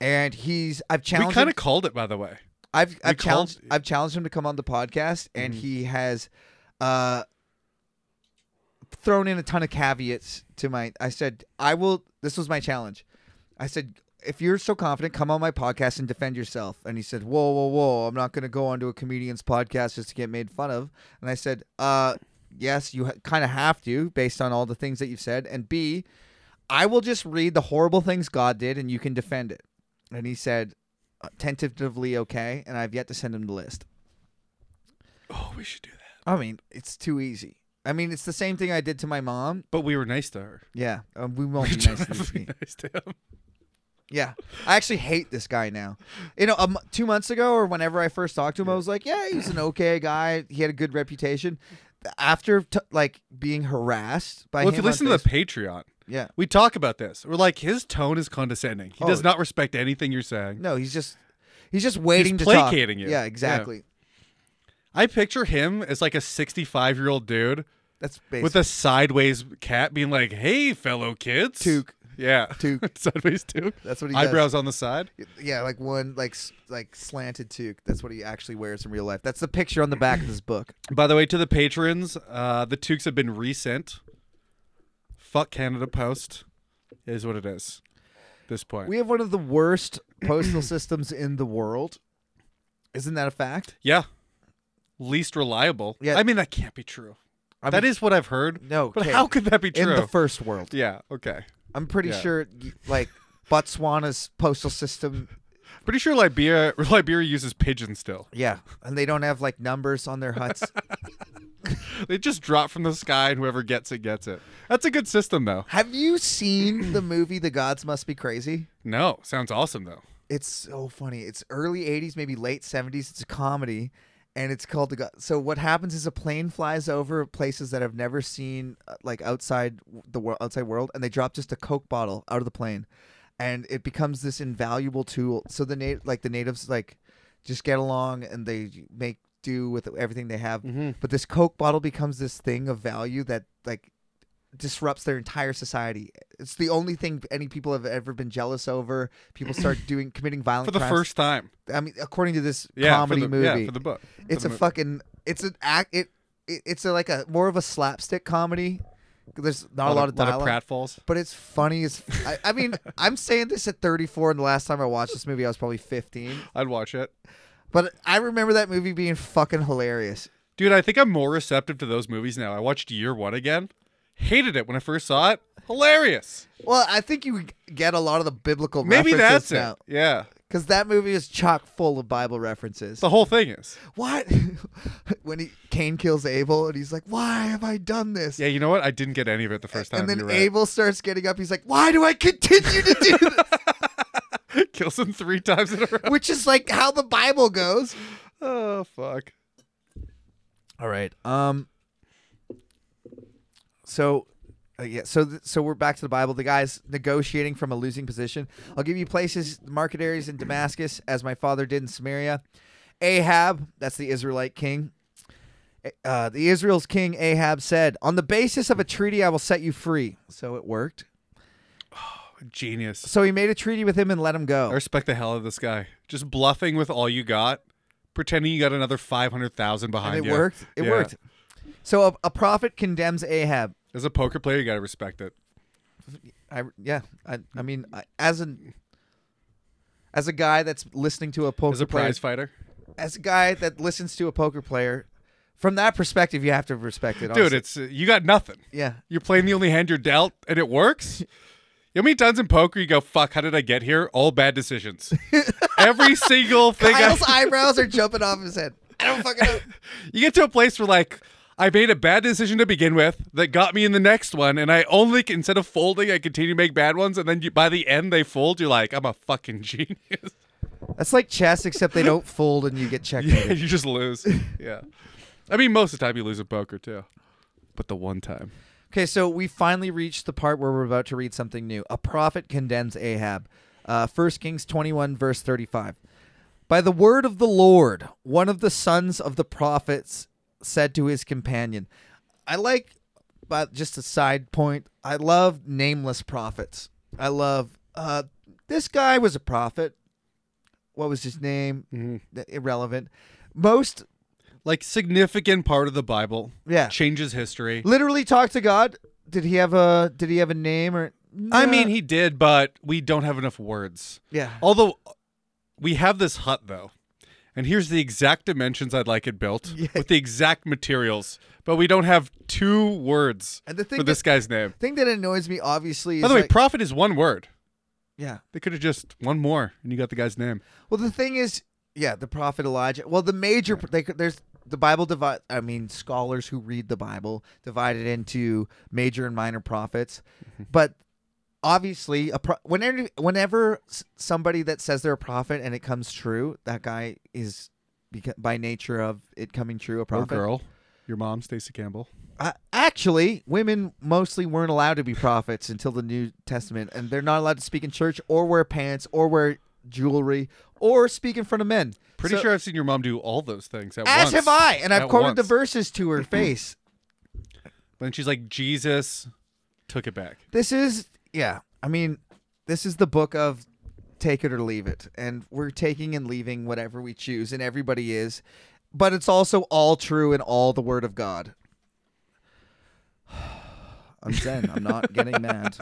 S1: and he's I've
S2: we
S1: challenged.
S2: kind
S1: him-
S2: of called it, by the way.
S1: I've I've
S2: called-
S1: challenged I've challenged him to come on the podcast, and he has, uh, thrown in a ton of caveats to my. I said I will. This was my challenge. I said if you're so confident, come on my podcast and defend yourself. And he said, Whoa, whoa, whoa! I'm not going to go onto a comedian's podcast just to get made fun of. And I said, Uh, yes, you ha- kind of have to based on all the things that you've said. And B, I will just read the horrible things God did, and you can defend it. And he said, uh, tentatively okay, and I've yet to send him the list.
S2: Oh, we should do that.
S1: I mean, it's too easy. I mean, it's the same thing I did to my mom.
S2: But we were nice to her.
S1: Yeah, um, we won't
S2: We
S1: be
S2: don't
S1: nice to
S2: have
S1: this
S2: to be
S1: guy.
S2: nice to him.
S1: Yeah, I actually hate this guy now. You know, um, two months ago or whenever I first talked to him, I was like, yeah, he's an okay guy. He had a good reputation. After t- like being harassed by
S2: Well,
S1: him
S2: if you
S1: on
S2: listen to the
S1: Facebook-
S2: Patreon,
S1: yeah,
S2: we talk about this. We're like, his tone is condescending. He
S1: Oh.
S2: does not respect anything you're saying.
S1: no, he's just he's just waiting to
S2: placating
S1: talk.
S2: you.
S1: Yeah,
S2: Yeah.
S1: exactly.
S2: I picture him as like a 65 year old dude
S1: That's basically
S2: with a sideways cat being like, hey, fellow kids.
S1: Toque.
S2: Yeah.
S1: Toque.
S2: sideways toque.
S1: That's what he does.
S2: Eyebrows on the side.
S1: Yeah, like one like s- like slanted toque. That's what he actually wears in real life. That's the picture on the back of this book.
S2: By the way, to the patrons, uh, the toques have been resent. Fuck Canada Post is what it is at this point.
S1: We have one of the worst postal systems in the world. Isn't that a fact?
S2: yeah. Least reliable.
S1: Yeah.
S2: I mean, that can't be true.
S1: I
S2: that
S1: mean,
S2: is what I've heard.
S1: no.
S2: But
S1: okay.
S2: how could that be
S1: in
S2: true?
S1: the first world?
S2: yeah. Okay.
S1: I'm pretty
S2: Yeah.
S1: sure y- like Botswana's postal system.
S2: Pretty sure Liberia Liberia uses pigeons still.
S1: Yeah, and they don't have like numbers on their huts.
S2: They just drop from the sky, and whoever gets it gets it. That's a good system, though.
S1: have you seen the movie The Gods Must Be Crazy?
S2: No, sounds awesome though.
S1: It's so funny. It's early 80s, maybe late 70s. It's a comedy and it's called the Go- So what happens is a plane flies over places that have never seen uh, like outside w- the world outside world and they drop just a coke bottle out of the plane and it becomes this invaluable tool. So the nat- like the natives like just get along and they make do with everything they have.
S2: Mm-hmm.
S1: But this coke bottle becomes this thing of value that like disrupts their entire society. It's the only thing any people have ever been jealous over. People start doing committing violent
S2: For the
S1: crimes.
S2: first time,
S1: I mean, according to this
S2: yeah,
S1: comedy
S2: for the,
S1: movie,
S2: yeah, for the book. For
S1: it's a
S2: the movie.
S1: fucking it's an act. It, it it's a, like a more of a slapstick comedy. There's not a lot of dialogue,
S2: pratfalls.
S1: but it's funny. As I, I mean, I'm saying this at 34, and the last time I watched this movie, I was probably 15.
S2: I'd watch it,
S1: But I remember that movie being fucking hilarious.
S2: dude. I think I'm more receptive to those movies now. I watched Year One again. Hated it when I first saw it. Hilarious.
S1: Well, I think you get a lot of the biblical
S2: Maybe
S1: references
S2: that's it.
S1: now.
S2: Yeah,
S1: Because that movie is chock full of Bible references.
S2: the whole thing is.
S1: What? when he Cain kills Abel, and he's like, "Why have I done this?"
S2: Yeah, you know what? I didn't get any of it the first time.
S1: and then
S2: you're right.
S1: Abel starts getting up. He's like, "Why do I continue to do this?"
S2: kills him three times in a row.
S1: Which is like how the Bible goes.
S2: Oh fuck.
S1: All right. Um. So, uh, yeah. So, th- so we're back to the Bible. The guy's negotiating from a losing position. I'll give you places, market areas in Damascus, as my father did in Samaria. Ahab, that's the Israelite king. uh, the Israel's king Ahab said, "On the basis of a treaty, I will set you free." So it worked.
S2: Genius.
S1: So he made a treaty with him and let him
S2: I
S1: go.
S2: respect the hell out of this guy. Just bluffing with all you got, pretending you got another 500,000 behind
S1: And it
S2: you.
S1: worked. It
S2: Yeah.
S1: worked. So a, a prophet condemns Ahab.
S2: As a poker player, you got to respect it.
S1: I yeah. I I mean, I, as an as a guy that's listening to a poker
S2: As a
S1: player,
S2: prize fighter.
S1: as a guy that listens to a poker player, from that perspective, you have to respect it.
S2: Dude,
S1: honestly.
S2: it's uh, you got nothing.
S1: yeah.
S2: You're playing the only hand you're dealt, and it works. You know how many times in poker you go, fuck, how did I get here? All bad decisions. Every single thing. I-
S1: Kyle's eyebrows are jumping off his head. I don't fucking know.
S2: you get to a place where, like, I made a bad decision to begin with that got me in the next one, and I only, instead of folding, I continue to make bad ones, and then you, by the end they fold, you're like, I'm a fucking genius.
S1: That's like chess, except they don't fold and you get
S2: Yeah,
S1: checkmated.
S2: you just lose. Yeah. I mean, most of the time you lose at poker, too. But the one time.
S1: Okay, so we finally reached the part where we're about to read something new. A prophet condemns Ahab. Uh, 1 Kings 21, verse 35. By the word of the Lord, one of the sons of the prophets said to his companion, I like, but just a side point, I love nameless prophets. I love, uh, this guy was a prophet. What was his name?
S2: Mm-hmm.
S1: Th- Irrelevant. Most,
S2: Like, significant part of the Bible
S1: yeah.
S2: changes history.
S1: literally talk to God. Did he have a did he have a name or
S2: I mean, he did, but we don't have enough words.
S1: yeah.
S2: Although we have this hut though, and here's the exact dimensions I'd like it built
S1: Yeah.
S2: with the exact materials, but we don't have two words
S1: And the thing
S2: for this
S1: that-
S2: guy's name.
S1: thing that annoys me obviously is
S2: By the way,
S1: like-
S2: prophet is one word.
S1: yeah.
S2: They could have just one more, and you got the guy's name.
S1: Well, the thing is yeah, the prophet Elijah. Well, the major they could there's the Bible divide I mean scholars who read the Bible divide it into major and minor prophets.
S2: Mm-hmm.
S1: But obviously a pro- whenever whenever s- somebody that says they're a prophet and it comes true, that guy is beca- by nature of it coming true a
S2: Or
S1: prophet.
S2: girl, your mom, Stacy Campbell.
S1: Uh, actually, women mostly weren't allowed to be prophets until the New Testament, and they're not allowed to speak in church or wear pants or wear jewelry or speak in front of men.
S2: Pretty
S1: So-
S2: sure I've seen your mom do all those things at
S1: As
S2: once.
S1: have I, and I've
S2: At
S1: quoted the
S2: once.
S1: verses to her face.
S2: Then she's like, Jesus took it back.
S1: This is, yeah, I mean, this is the book of take it or leave it, and we're taking and leaving whatever we choose, and everybody is, but it's also all true and all the Word of God. I'm zen. I'm not getting mad.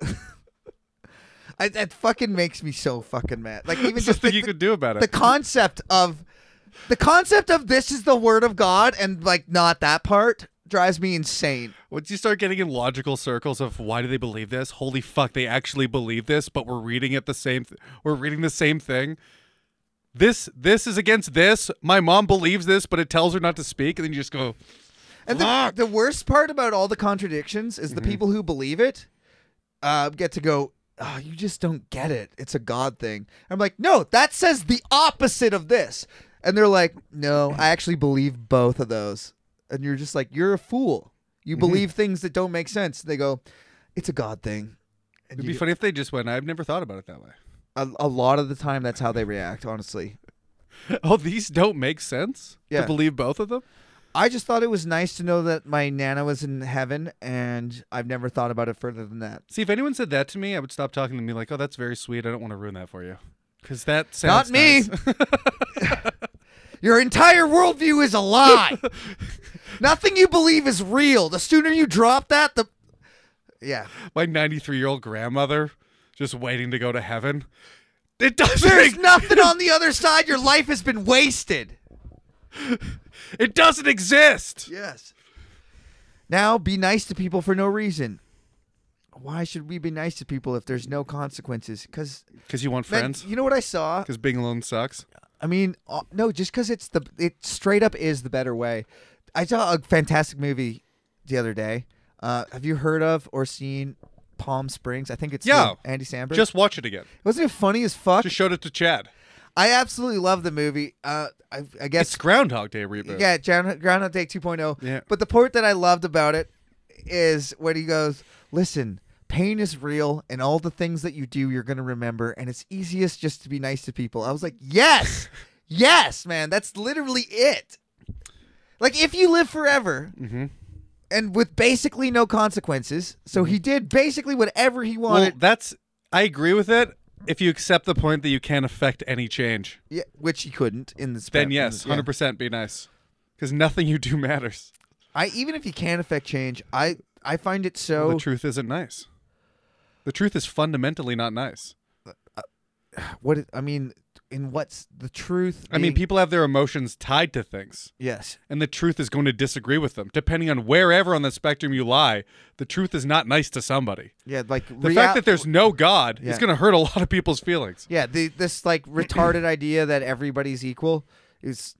S1: I, that fucking makes me so fucking mad. Like even
S2: There's
S1: just
S2: nothing
S1: the,
S2: you could do about it.
S1: the concept of the concept of this is the word of God and like not that part drives me insane.
S2: Once you start getting in logical circles of why do they believe this? Holy fuck, they actually believe this, but we're reading it the same. Th- we're reading the same thing. This this is against this. My mom believes this, but it tells her not to speak, and then you just go.
S1: And the,
S2: Fuck. Mm-hmm.
S1: the worst part about all the contradictions is the people who believe it uh, get to go, oh, you just don't get it. It's a God thing. I'm like, no, that says the opposite of this. And they're like, no, I actually believe both of those. And you're just like, you're a fool.
S2: Mm-hmm.
S1: You believe things that don't make sense. They go, it's a God thing. And
S2: It'd
S1: you
S2: be
S1: go-
S2: funny if they just went. I've never thought about it that way.
S1: a, a lot of the time, that's how they react, honestly.
S2: Oh, these don't make sense.
S1: Yeah.
S2: To believe both of them.
S1: I just thought it was nice to know that my Nana was in heaven, and I've never thought about it further than that.
S2: See, if anyone said that to me, I would stop talking to me. Like, oh, that's very sweet. I don't want to ruin that for you, because that
S1: Not
S2: sounds
S1: me.
S2: nice.
S1: Your entire worldview is a lie. Nothing you believe is real. The sooner you drop that, the yeah.
S2: my 93 year old grandmother just waiting to go to heaven. It doesn't.
S1: There's
S2: ex-
S1: nothing on the other side. Your life has been wasted.
S2: It doesn't exist.
S1: Yes. Now be nice to people for no reason. Why should we be nice to people if there's no consequences? Because
S2: Because you want friends.
S1: you know what I saw?
S2: Because being alone sucks.
S1: I mean, uh, no, just because it's the it straight up is the better way. I saw a fantastic movie the other day. Uh, have you heard of or seen Palm Springs? I think it's
S2: Yeah.
S1: with Andy Samberg.
S2: Just watch it again.
S1: wasn't it funny as fuck?
S2: Just showed it to Chad.
S1: I absolutely love the movie. Uh, I, I
S2: It's
S1: guess
S2: Groundhog Day reboot.
S1: yeah, Ground, Groundhog Day 2.0.
S2: Yeah.
S1: But the part that I loved about it is when he goes, "Listen, pain is real, and all the things that you do, you're gonna remember, and it's easiest just to be nice to people." I was like, "Yes, yes, man, that's literally it." Like if you live forever
S2: Mhm.
S1: and with basically no consequences, so he did basically whatever he
S2: Mm-hmm. Well,
S1: wanted,
S2: that's I agree with it. If you accept the point that you can't affect any change,
S1: yeah, which he couldn't in the
S2: then yes, hundred percent, be nice, because nothing you do matters.
S1: I even if you can affect change, I I find it so
S2: the truth isn't nice. The truth is fundamentally not nice.
S1: what it- I mean in what's the truth?
S2: I mean,
S1: being-
S2: people have their emotions tied to things,
S1: yes.
S2: and the truth is going to disagree with them. Depending on wherever on the spectrum you lie, the truth is not nice to somebody.
S1: Yeah, like
S2: The fact that there's no God
S1: Yeah.
S2: is going to hurt a lot of people's feelings.
S1: yeah, the, this like retarded idea that everybody's equal is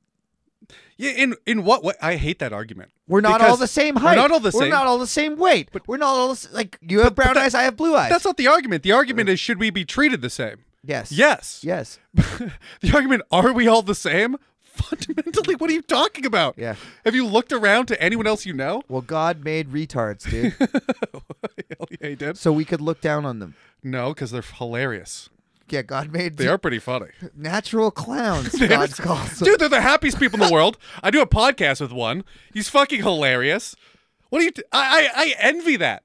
S2: Yeah, in in what way? I hate that argument.
S1: we're not all
S2: Because
S1: the same
S2: we're
S1: height.
S2: not all the same.
S1: not all the same weight. we're not all the s- like you have brown
S2: that-
S1: eyes, I have blue eyes.
S2: That's not the argument. The argument is should we be treated the same?
S1: yes.
S2: Yes.
S1: Yes.
S2: the argument are we all the same? Fundamentally, what are you talking about?
S1: Yeah.
S2: Have you looked around to anyone else you know?
S1: Well, God made retards, dude,
S2: Hell yeah, he did.
S1: so we could look down on them.
S2: No, because they're hilarious.
S1: Yeah, God made
S2: They are pretty funny.
S1: natural clowns. God
S2: There's-
S1: calls them.
S2: Dude, they're the happiest people in the world. I do a podcast with one. He's fucking hilarious. What do you? T- I, I I envy that,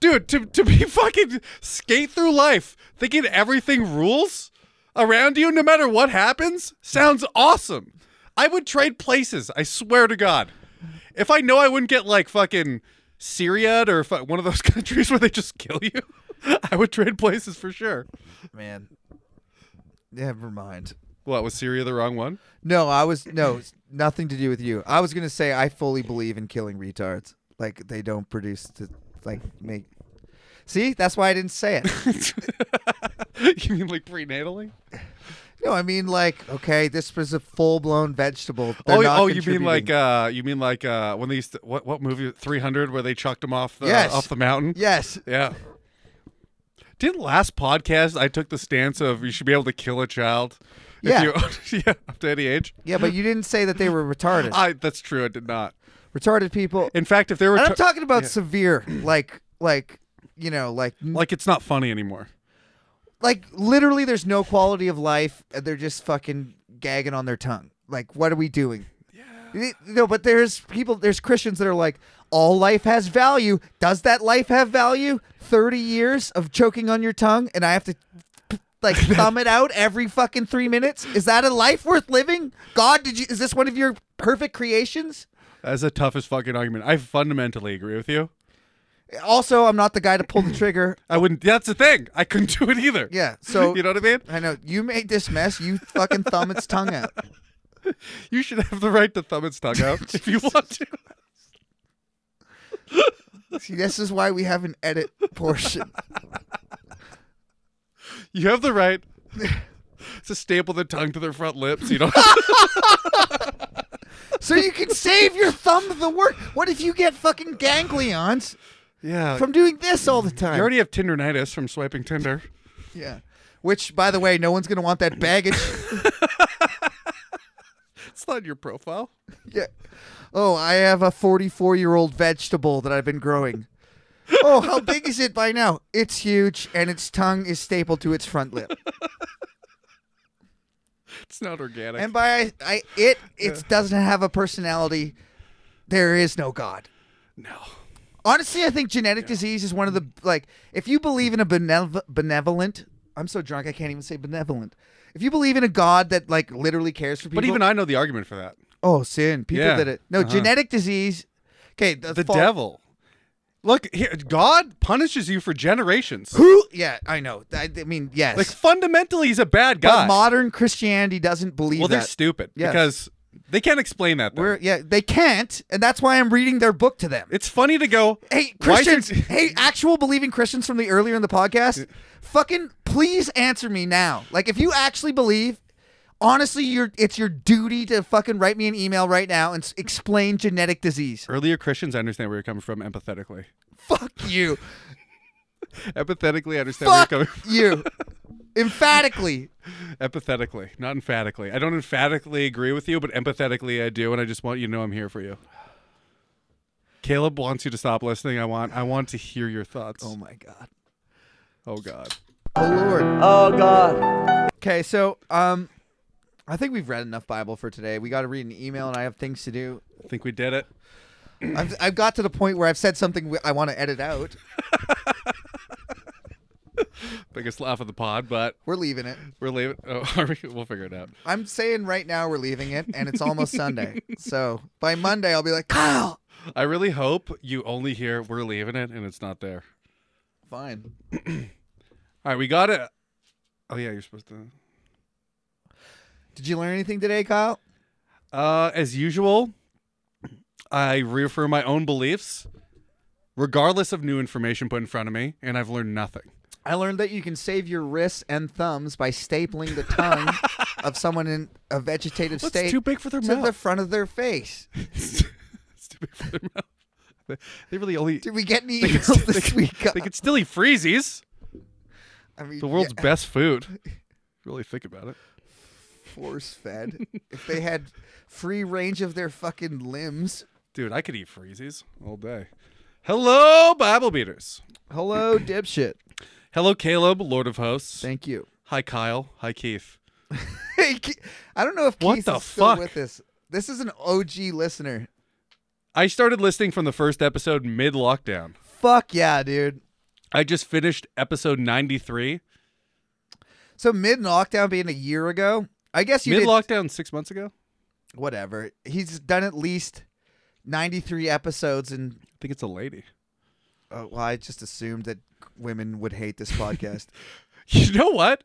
S2: dude. To to be fucking skate through life thinking everything rules around you, no matter what happens, sounds awesome. I would trade places. I swear to God, if I know I wouldn't get like fucking Syria or fu- one of those countries where they just kill you, I would trade places for sure.
S1: man. Never mind.
S2: What was Syria the wrong one?
S1: No, I was no it's nothing to do with you. I was gonna say I fully believe in killing retards. Like they don't produce to like make. See, that's why I didn't say it.
S2: you mean like prenatally?
S1: No, I mean like okay, this was a full blown vegetable. They're
S2: Oh,
S1: not
S2: oh, you mean like
S1: contributing.
S2: uh, you mean like uh, when they used to, what what movie Three Hundred where they chucked him off the
S1: Yes.
S2: off the mountain?
S1: yes,
S2: yeah. Didn't last podcast I took the stance of you should be able to kill a child,
S1: Yeah.
S2: if you, yeah, up to any age.
S1: yeah, but you didn't say that they were retarded.
S2: I that's true. I did not.
S1: retarded people.
S2: In fact, if there were
S1: And I'm
S2: to-
S1: talking about
S2: yeah.
S1: severe, like like you know, like
S2: like it's not funny anymore.
S1: like literally, there's no quality of life. and They're just fucking gagging on their tongue. Like, what are we doing? Yeah. No, but there's people. There's Christians that are like, all life has value. Does that life have value? Thirty years of choking on your tongue, and I have to. Like thumb it out every fucking three minutes. Is that a life worth living? God, did you? Is this one of your perfect creations?
S2: That's the toughest fucking argument. I fundamentally agree with you.
S1: Also, I'm not the guy to pull the trigger.
S2: I wouldn't. That's the thing. I couldn't do it either.
S1: Yeah. So
S2: you know what I mean.
S1: I know you made this mess. You fucking thumb its tongue out.
S2: You should have the right to thumb its tongue out if you want to.
S1: See, this is why we have an edit portion.
S2: You have the right to staple the tongue to their front lips. You know,
S1: So you can save your thumb the work. What if you get fucking ganglions
S2: yeah.
S1: from doing this all the time?
S2: you already have Tinderitis from swiping Tinder.
S1: yeah. Which, by the way, no one's gonna want that baggage.
S2: It's not in your profile.
S1: yeah. Oh, I have a 44 year old vegetable that I've been growing. Oh, how big is it by now? It's huge, and its tongue is stapled to its front lip.
S2: It's not organic.
S1: And by I, I it it doesn't have a personality. There is no God.
S2: no,
S1: Honestly, I think genetic disease is one of the
S2: Mm-hmm.
S1: like if you believe in a benev- benevolent. I'm so drunk I can't even say benevolent. If you believe in a God that like literally cares for people,
S2: but even I know the argument for that.
S1: oh sin, people
S2: Yeah.
S1: did it. No
S2: Uh-huh.
S1: genetic disease. Okay,
S2: The devil. Look, here, God punishes you for generations.
S1: Who? Yeah, I know. I, I mean, yes.
S2: Like fundamentally, he's a bad guy.
S1: but modern Christianity doesn't believe
S2: well, they're
S1: that.
S2: stupid
S1: Yes.
S2: because they can't explain that. though.
S1: We're, yeah, they can't, and that's why I'm reading their book to them.
S2: it's funny to go.
S1: Hey,
S2: why is your-
S1: Christians. hey, actual believing Christians from the earlier in the podcast. Fucking please answer me now. Like if you actually believe, honestly, you're it's your duty to fucking write me an email right now and s- explain genetic disease.
S2: Earlier Christians, I understand where you're coming from empathetically.
S1: Fuck you.
S2: Empathetically, I understand where you're
S1: Fuck
S2: coming from.
S1: you. Emphatically.
S2: Empathetically, not emphatically. I don't emphatically agree with you, but empathetically I do, and I just want you to know I'm here for you. Caleb wants you to stop listening. I want I want to hear your thoughts.
S1: Oh
S2: Oh,
S1: my god.
S2: god.
S1: Oh lord.
S3: Oh God.
S1: Okay, so um I think we've read enough Bible for today. We got to read an email, and I have things to do.
S2: I think we did it.
S1: I've, I've got to the point where I've said something wi- I want to edit out.
S2: Biggest laugh of the pod, but
S1: We're leaving it.
S2: we're leaving. Oh, are we? We'll figure it out.
S1: I'm saying right now we're leaving it, and it's almost Sunday. So by Monday, I'll be like, Kyle!
S2: I really hope you only hear we're leaving it and it's not there.
S1: Fine.
S2: All right, we got it. Oh yeah, you're supposed to.
S1: Did you learn anything today, Kyle?
S2: Uh, as usual, I reaffirm my own beliefs, regardless of new information put in front of me, and I've learned nothing.
S1: I learned that you can save your wrists and thumbs by stapling the tongue of someone in a vegetative
S2: That's
S1: state
S2: too big for their
S1: to the
S2: mouth.
S1: front of their face.
S2: it's too big for their mouth. They- They really only.
S1: Did we get any
S2: They could,
S1: emails
S2: they
S1: this
S2: could-
S1: week?
S2: they could still eat freezies.
S1: I mean,
S2: The world's best food. Really think about it.
S1: force fed. if they had free range of their fucking limbs.
S2: Dude, I could eat freezies all day. Hello, Bible beaters.
S1: Hello, dipshit.
S2: Hello, Caleb, Lord of Hosts.
S1: Thank you.
S2: Hi, Kyle. Hi, Keith.
S1: Hey, Ke- I don't know if
S2: What
S1: Keith
S2: the
S1: is still
S2: fuck?
S1: with us. This is an OG listener.
S2: I started listening from the first episode mid lockdown.
S1: Fuck yeah, dude.
S2: I just finished episode 93.
S1: So mid lockdown being a year ago, I guess you
S2: Mid
S1: did
S2: lockdown six months ago? I
S1: whatever. He's done at least ninety three episodes, and
S2: think it's a lady.
S1: uh, well, I just assumed that women would hate this podcast.
S2: You know what?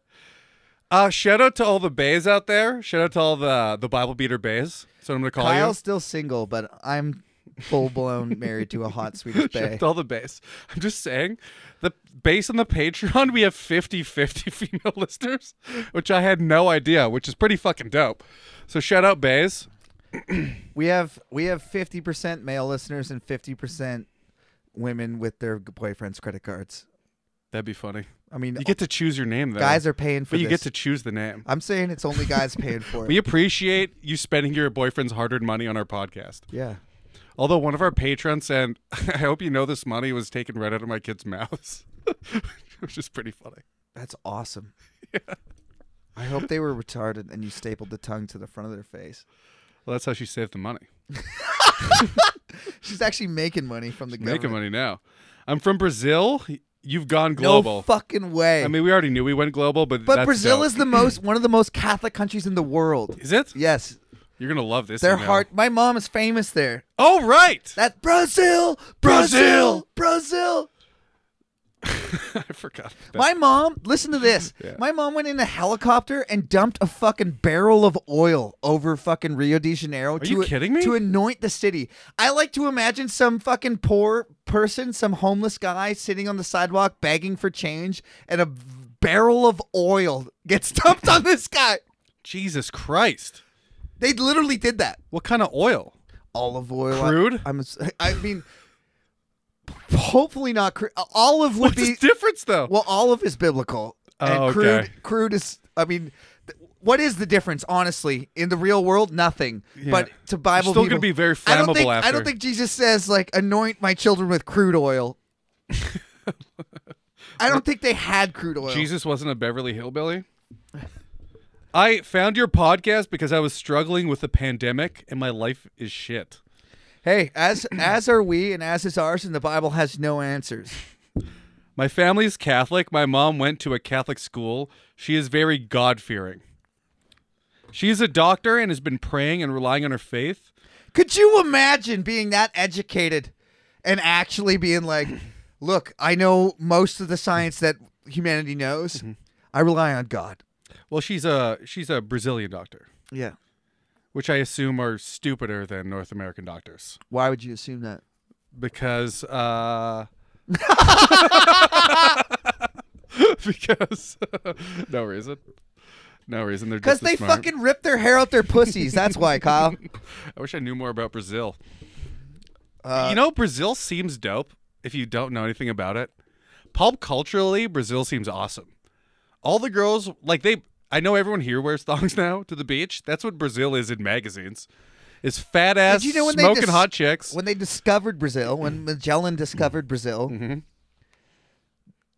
S2: Uh, shout out to all the bays out there. Shout out to all the the Bible beater bays. That's what I'm gonna call
S1: Kyle's still single, but I'm full blown married to a hot
S2: you.
S1: Swedish
S2: Shout
S1: bay.
S2: out to all the bays. I'm just saying, the base on the Patreon, we have 50 50 female listeners, which I had no idea, which is pretty fucking dope. So shout out bays.
S1: We have we have fifty percent male listeners and fifty percent women with their boyfriends' credit cards.
S2: That'd be funny.
S1: I mean,
S2: You get to choose your name though.
S1: guys are paying for
S2: but you
S1: this.
S2: get to choose the name.
S1: I'm saying it's only guys paying for it.
S2: We appreciate you spending your boyfriend's hard-earned money on our podcast.
S1: yeah.
S2: Although one of our patrons and I hope you know this money was taken right out of my kids' mouths, which is pretty funny.
S1: That's awesome. I hope they were retarded and you stapled the tongue to the front of their face.
S2: Well, that's how she saved the money.
S1: She's actually making money from the government.
S2: Making money now. I'm from Brazil. You've gone
S1: No
S2: global.
S1: fucking way.
S2: I mean, we already knew we went global, but
S1: but
S2: that's
S1: Brazil
S2: dope.
S1: is the most one of the most Catholic countries in the world.
S2: is it?
S1: Yes,
S2: You're gonna love this.
S1: their
S2: email.
S1: heart. My mom is famous there.
S2: Oh right.
S1: That Brazil, Brazil, Brazil.
S2: I forgot. That.
S1: My mom, listen to this.
S2: Yeah.
S1: My mom went in a helicopter and dumped a fucking barrel of oil over fucking Rio de Janeiro to
S2: you kidding me?
S1: to anoint the city. I like to imagine some fucking poor person, some homeless guy sitting on the sidewalk begging for change and a barrel of oil gets dumped on this guy.
S2: Jesus Christ.
S1: They literally did that.
S2: What kind of oil?
S1: Olive oil. I-
S2: Crude?
S1: I'm ass- I mean hopefully not crude. Olive would
S2: What's
S1: be
S2: the difference though?
S1: Well, olive is biblical. and
S2: Oh, okay.
S1: crude, crude is. I mean, th- what is the difference, honestly, in the real world? Nothing. But to Bible,
S2: still
S1: people,
S2: gonna be very
S1: I don't
S2: flammable
S1: think, I don't
S2: after.
S1: think Jesus says like anoint my children with crude oil. I don't think they had crude oil.
S2: Jesus wasn't a Beverly Hillbilly. I found your podcast because I was struggling with the pandemic and my life is shit.
S1: Hey, as as are we, and as is ours, and the Bible has no answers.
S2: My family is Catholic. My mom went to a Catholic school. She is very God fearing. She is a doctor and has been praying and relying on her faith.
S1: Could you imagine being that educated and actually being like, look, I know most of the science that humanity knows.
S2: Mm-hmm.
S1: I rely on God.
S2: Well, she's a she's a Brazilian doctor,
S1: Yeah.
S2: which I assume are stupider than North American doctors
S1: Why would you assume that?
S2: because uh because no reason. No reason. They're
S1: Because
S2: just as
S1: they
S2: smart.
S1: fucking rip their hair out their pussies. That's why, Kyle.
S2: I wish I knew more about Brazil.
S1: Uh,
S2: you know, Brazil seems dope if you don't know anything about it. Pulp culturally, Brazil seems awesome. All the girls, like they, I know everyone here wears thongs now to the beach. That's what Brazil is in magazines. Is fat ass,
S1: Did you know when they
S2: smoking
S1: dis-
S2: hot chicks.
S1: When they discovered Brazil, when Magellan discovered Brazil,
S2: Mm-hmm.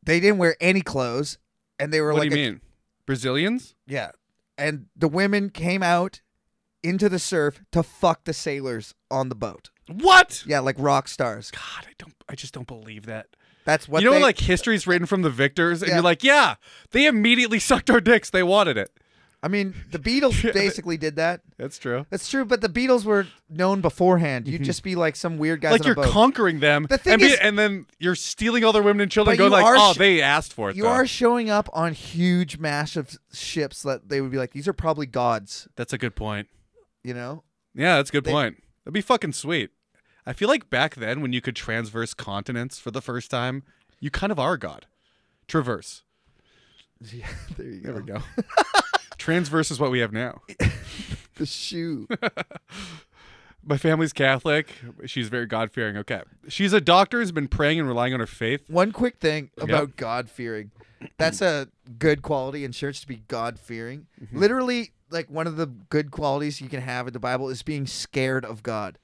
S1: they didn't wear any clothes, and they were
S2: what do
S1: like,
S2: you
S1: a-
S2: mean, Brazilians?
S1: yeah, and the women came out into the surf to fuck the sailors on the boat.
S2: What?
S1: Yeah, like rock stars.
S2: God, I don't. I just don't believe that.
S1: That's what
S2: you know,
S1: they,
S2: when, like history's written from the victors, and
S1: Yeah.
S2: you're like, yeah, they immediately sucked our dicks. They wanted it.
S1: I mean, the Beatles
S2: Yeah, but-
S1: basically did that.
S2: That's true.
S1: That's true, but the Beatles were known beforehand. You'd just be like some weird guys
S2: Mm-hmm.
S1: on
S2: Like you're
S1: a boat.
S2: conquering them,
S1: The thing
S2: and,
S1: is-
S2: and then you're stealing all their women and children.
S1: But
S2: Going
S1: you
S2: like,
S1: are
S2: oh,
S1: sh-
S2: they asked for it.
S1: you
S2: though.
S1: are showing up on huge, massive ships that they would be like, these are probably gods,
S2: That's a good point.
S1: you know?
S2: Yeah, that's a good
S1: They-
S2: point. That'd be fucking sweet. I feel like back then when you could transverse continents for the first time, you kind of are God. Traverse.
S1: Yeah, there you
S2: There
S1: go.
S2: we go. transverse is what we have now.
S1: The shoe.
S2: My family's Catholic. She's very God fearing. Okay. She's a doctor who's been praying and relying on her faith.
S1: One quick thing about God fearing. That's a good quality in church to be God fearing.
S2: Mm-hmm.
S1: Literally, like one of the good qualities you can have in the Bible is being scared of God.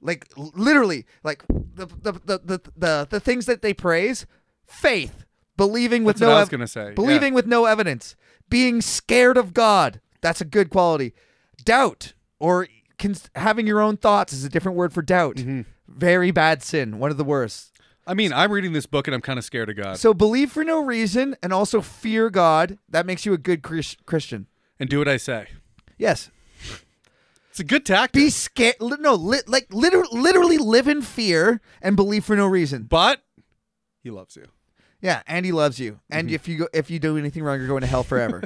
S1: Like l- literally, like the the the the, the, the things that they praise, faith, believing with
S2: That's
S1: no
S2: what I was
S1: ev-
S2: gonna say, yeah.
S1: believing with no evidence, being scared of God. That's a good quality. Doubt or cons- having your own thoughts is a different word for doubt.
S2: Mm-hmm.
S1: Very bad sin, one of the worst.
S2: I mean, I'm reading this book and I'm kind of scared of God.
S1: So believe for no reason and also fear God. That makes you a good Chris- Christian.
S2: and do what I say.
S1: Yes.
S2: It's a good tactic.
S1: Be scared. li- No, li- like literally, literally live in fear and believe for no reason.
S2: but he loves you.
S1: Yeah, and he loves you. And
S2: Mm-hmm.
S1: if you go, if you do anything wrong, you're going to hell forever.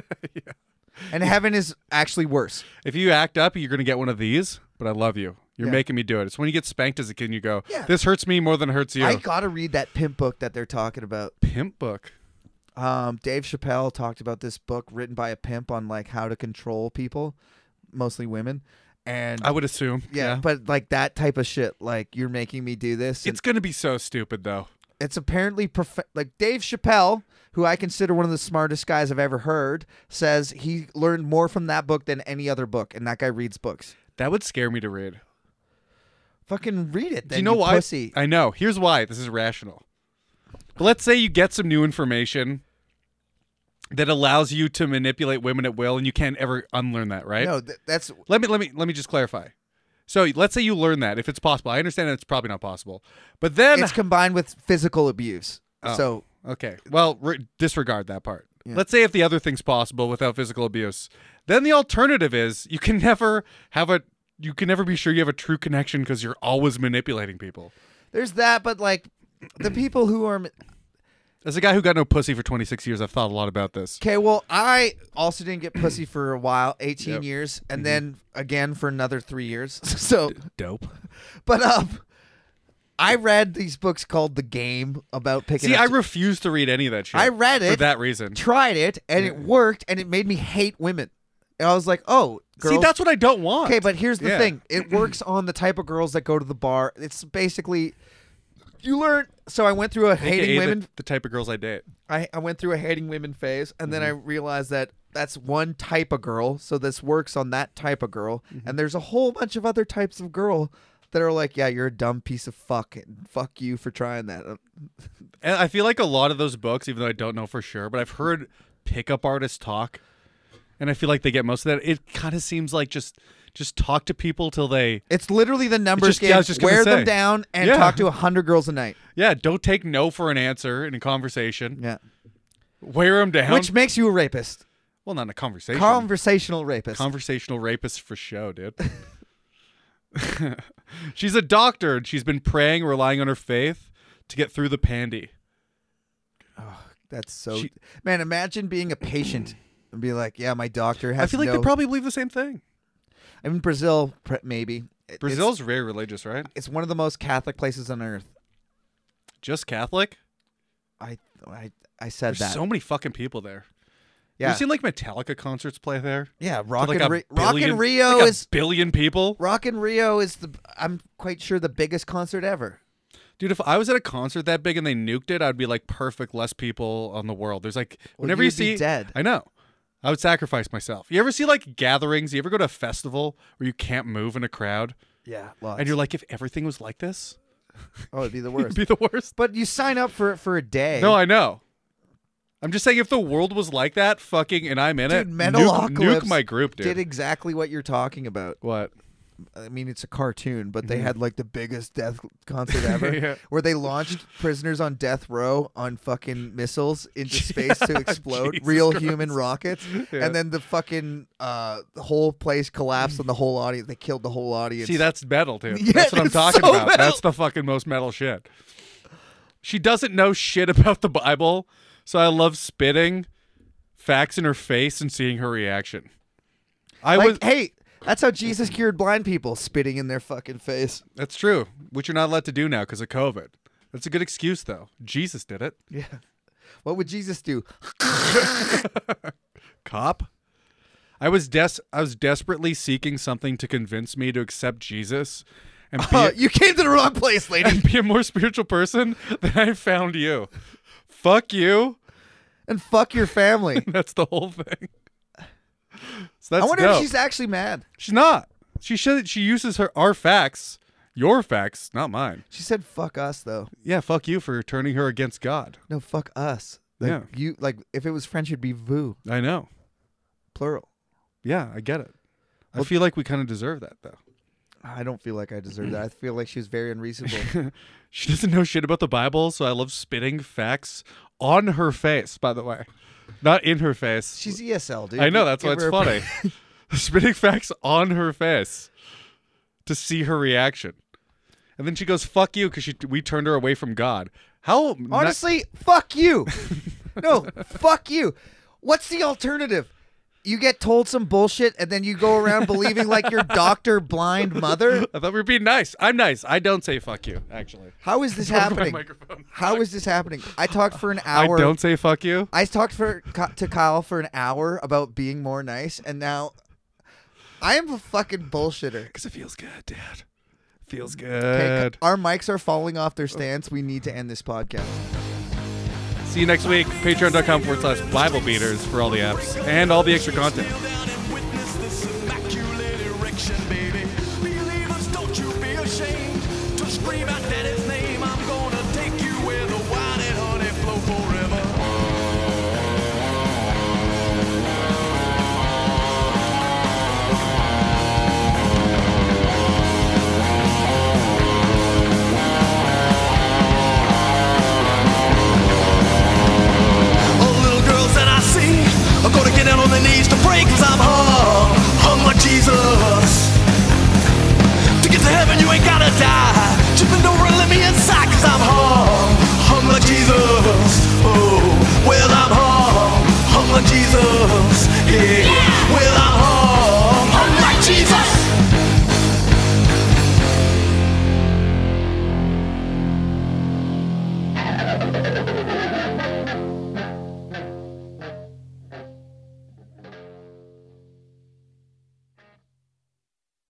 S1: And heaven is actually worse.
S2: If you act up, you're going to get one of these, but I love you. You're
S1: Yeah.
S2: making me do it. It's when you get spanked as a kid and you go,
S1: Yeah.
S2: this hurts me more than it hurts you.
S1: I gotta read that pimp book that they're talking about.
S2: Pimp book.
S1: Um, Dave Chappelle talked about this book written by a pimp on like how to control people, mostly women. And
S2: I would assume.
S1: yeah, but like that type of shit, like you're making me do this. and-
S2: It's going to be so stupid, though.
S1: it's apparently prof- like Dave Chappelle, who I consider one of the smartest guys I've ever heard, says he learned more from that book than any other book, and that guy reads books.
S2: That would scare me to read.
S1: Fucking read it. Then,
S2: Do you know why?
S1: Pussy.
S2: I know. Here's why. This is rational. But let's say you get some new information that allows you to manipulate women at will, and you can't ever unlearn that, right?
S1: No, th- that's
S2: Let me let me let me just clarify. So let's say you learn that if it's possible. I understand it's probably not possible, but then
S1: it's combined with physical abuse.
S2: Oh.
S1: So
S2: Okay. Well, re- disregard that part.
S1: Yeah.
S2: Let's say if the other thing's possible without physical abuse, then the alternative is you can never have a you can never be sure you have a true connection because you're always manipulating people.
S1: there's that, but like the people who are
S2: As a guy who got no pussy for 26 years, I've thought a lot about this.
S1: okay. Well, I also didn't get pussy for a while, eighteen
S2: Yep. Mm-hmm.
S1: years, and then again for another three years. so
S2: Dope.
S1: But um, I read these books called The Game about picking.
S2: See,
S1: up
S2: I
S1: t-
S2: refuse to read any of that shit.
S1: I read
S2: for
S1: it.
S2: that reason.
S1: tried it and it worked and it made me hate women. And I was like, oh, girls.
S2: See, that's what I don't want.
S1: okay, but here's the
S2: Yeah.
S1: thing: it works on the type of girls that go to the bar. It's basically you learn. So I went through a
S2: AKA
S1: hating
S2: the-
S1: women.
S2: the, type of girls I date.
S1: I, I went through a hating women phase, and then I
S2: Mm-hmm.
S1: realized that that's one type of girl. So this works on that type of girl,
S2: Mm-hmm.
S1: and there's a whole bunch of other types of girl that are like, yeah, you're a dumb piece of fuck, and fuck you for trying that.
S2: And I feel like a lot of those books, even though I don't know for sure, but I've heard pickup artists talk, and I feel like they get most of that. It kind of seems like just just talk to people till they
S1: It's literally the numbers
S2: just- yeah, I
S1: game.
S2: was just gonna
S1: Wear them
S2: say.
S1: down and
S2: Yeah.
S1: talk to hundred girls a night.
S2: yeah don't take no for an answer in a conversation.
S1: Yeah,
S2: Wear them down.
S1: which makes you a rapist,
S2: well, not in a conversation.
S1: conversational rapist.
S2: Conversational rapist for show, dude. she's a doctor and she's been praying, relying on her faith to get through the pandy.
S1: That's so
S2: She-
S1: man. Imagine being a patient and be like, yeah, my doctor
S2: I
S1: has
S2: feel like
S1: no.
S2: they probably believe the same thing.
S1: I mean, Brazil, pr- maybe It-
S2: Brazil's very religious, right?
S1: It's, it's one of the most Catholic places on earth.
S2: Just Catholic.
S1: I I I said
S2: There's
S1: that.
S2: so many fucking people there.
S1: yeah,
S2: You've seen like Metallica concerts play there.
S1: yeah. Rock
S2: like
S1: and
S2: a
S1: Ri- Rock
S2: billion-
S1: and Rio
S2: like a
S1: is
S2: billion people.
S1: Rock and Rio is the. I'm quite sure the biggest concert ever.
S2: Dude, if I was at a concert that big and they nuked it, I'd be like, perfect, less people on the world. There's like,
S1: Well,
S2: whenever
S1: you'd
S2: you
S1: be
S2: see,
S1: dead.
S2: I know, I would sacrifice myself. You ever see like gatherings? You ever go to a festival where you can't move in a crowd,
S1: Yeah, lots.
S2: and you're like, if everything was like this,
S1: oh, it'd be the
S2: it'd
S1: worst.
S2: be the worst.
S1: but you sign up for it for a day.
S2: No, I know. I'm just saying, if the world was like that, fucking, and I'm in
S1: Dude,
S2: it, nuke,
S1: Metalocalypse
S2: nuke my group, dude.
S1: Did exactly what you're talking about.
S2: what?
S1: I mean, it's a cartoon, but they had like the biggest death concert ever,
S2: Mm-hmm. Yeah.
S1: where they launched prisoners on death row on fucking missiles into space to explode,
S2: Jesus
S1: real
S2: Christ.
S1: human rockets,
S2: Yeah.
S1: and then the fucking uh, the whole place collapsed and the whole audience. They killed the whole audience.
S2: See, that's metal, dude.
S1: Yeah,
S2: that's what I'm
S1: it's
S2: talking
S1: so
S2: about.
S1: metal.
S2: That's the fucking most metal shit. She doesn't know shit about the Bible, so I love spitting facts in her face and seeing her reaction. I
S1: like,
S2: was
S1: hey, that's how Jesus cured blind people, spitting in their fucking face.
S2: that's true, which you're not allowed to do now because of COVID. That's a good excuse though. Jesus did it.
S1: Yeah. What would Jesus do?
S2: Cop. I was des I was desperately seeking something to convince me to accept Jesus and be,
S1: you came to the wrong place, lady.
S2: and be a more spiritual person than I found you. Fuck you.
S1: and fuck your family.
S2: That's the whole thing. So that's
S1: I wonder if
S2: dope.
S1: she's actually mad.
S2: She's not. She should. She uses her our facts, your facts, not mine.
S1: She said, "Fuck us," though.
S2: Yeah, fuck you for turning her against God.
S1: No, fuck us. Like,
S2: Yeah.
S1: You like if it was French, it'd be vous,
S2: I know.
S1: plural.
S2: Yeah, I get it. I
S1: Well-
S2: feel like we kind of deserve that though.
S1: I don't feel like I deserve that. I feel like she was very unreasonable.
S2: She doesn't know shit about the Bible, so I love spitting facts on her face. By the way, not in her face.
S1: She's ESL, dude.
S2: I know
S1: You
S2: that's why
S1: give
S2: it's
S1: her a-
S2: funny. Spitting facts on her face to see her reaction, and then she goes "fuck you" because she we turned her away from God. How ni-
S1: Honestly, fuck you. no, fuck you. What's the alternative? You get told some bullshit and then you go around believing like your doctor blind mother?
S2: I thought we were being nice. I'm nice. I don't say "fuck you." Actually,
S1: How is this
S2: my
S1: happening?
S2: microphone.
S1: How is this happening? I talked for an
S2: I
S1: hour.
S2: don't say "fuck you."
S1: I talked for to Kyle for an hour about being more nice, and now I am a fucking bullshitter.
S2: Because it feels good, Dad. Feels
S1: Okay,
S2: good.
S1: our mics are falling off their stands. We need to end this podcast.
S2: See you next week. Patreon.com forward slash Bible Beaters for all the apps and all the extra content.
S3: Kneel down and witness this immaculate erection, baby. Believers, don't you be ashamed to scream out daddy's name. I'm gonna take you where the wine and honey flow forever. All the little girls that I see are gonna get down on their knees to pray, cause I'm hard. Oh,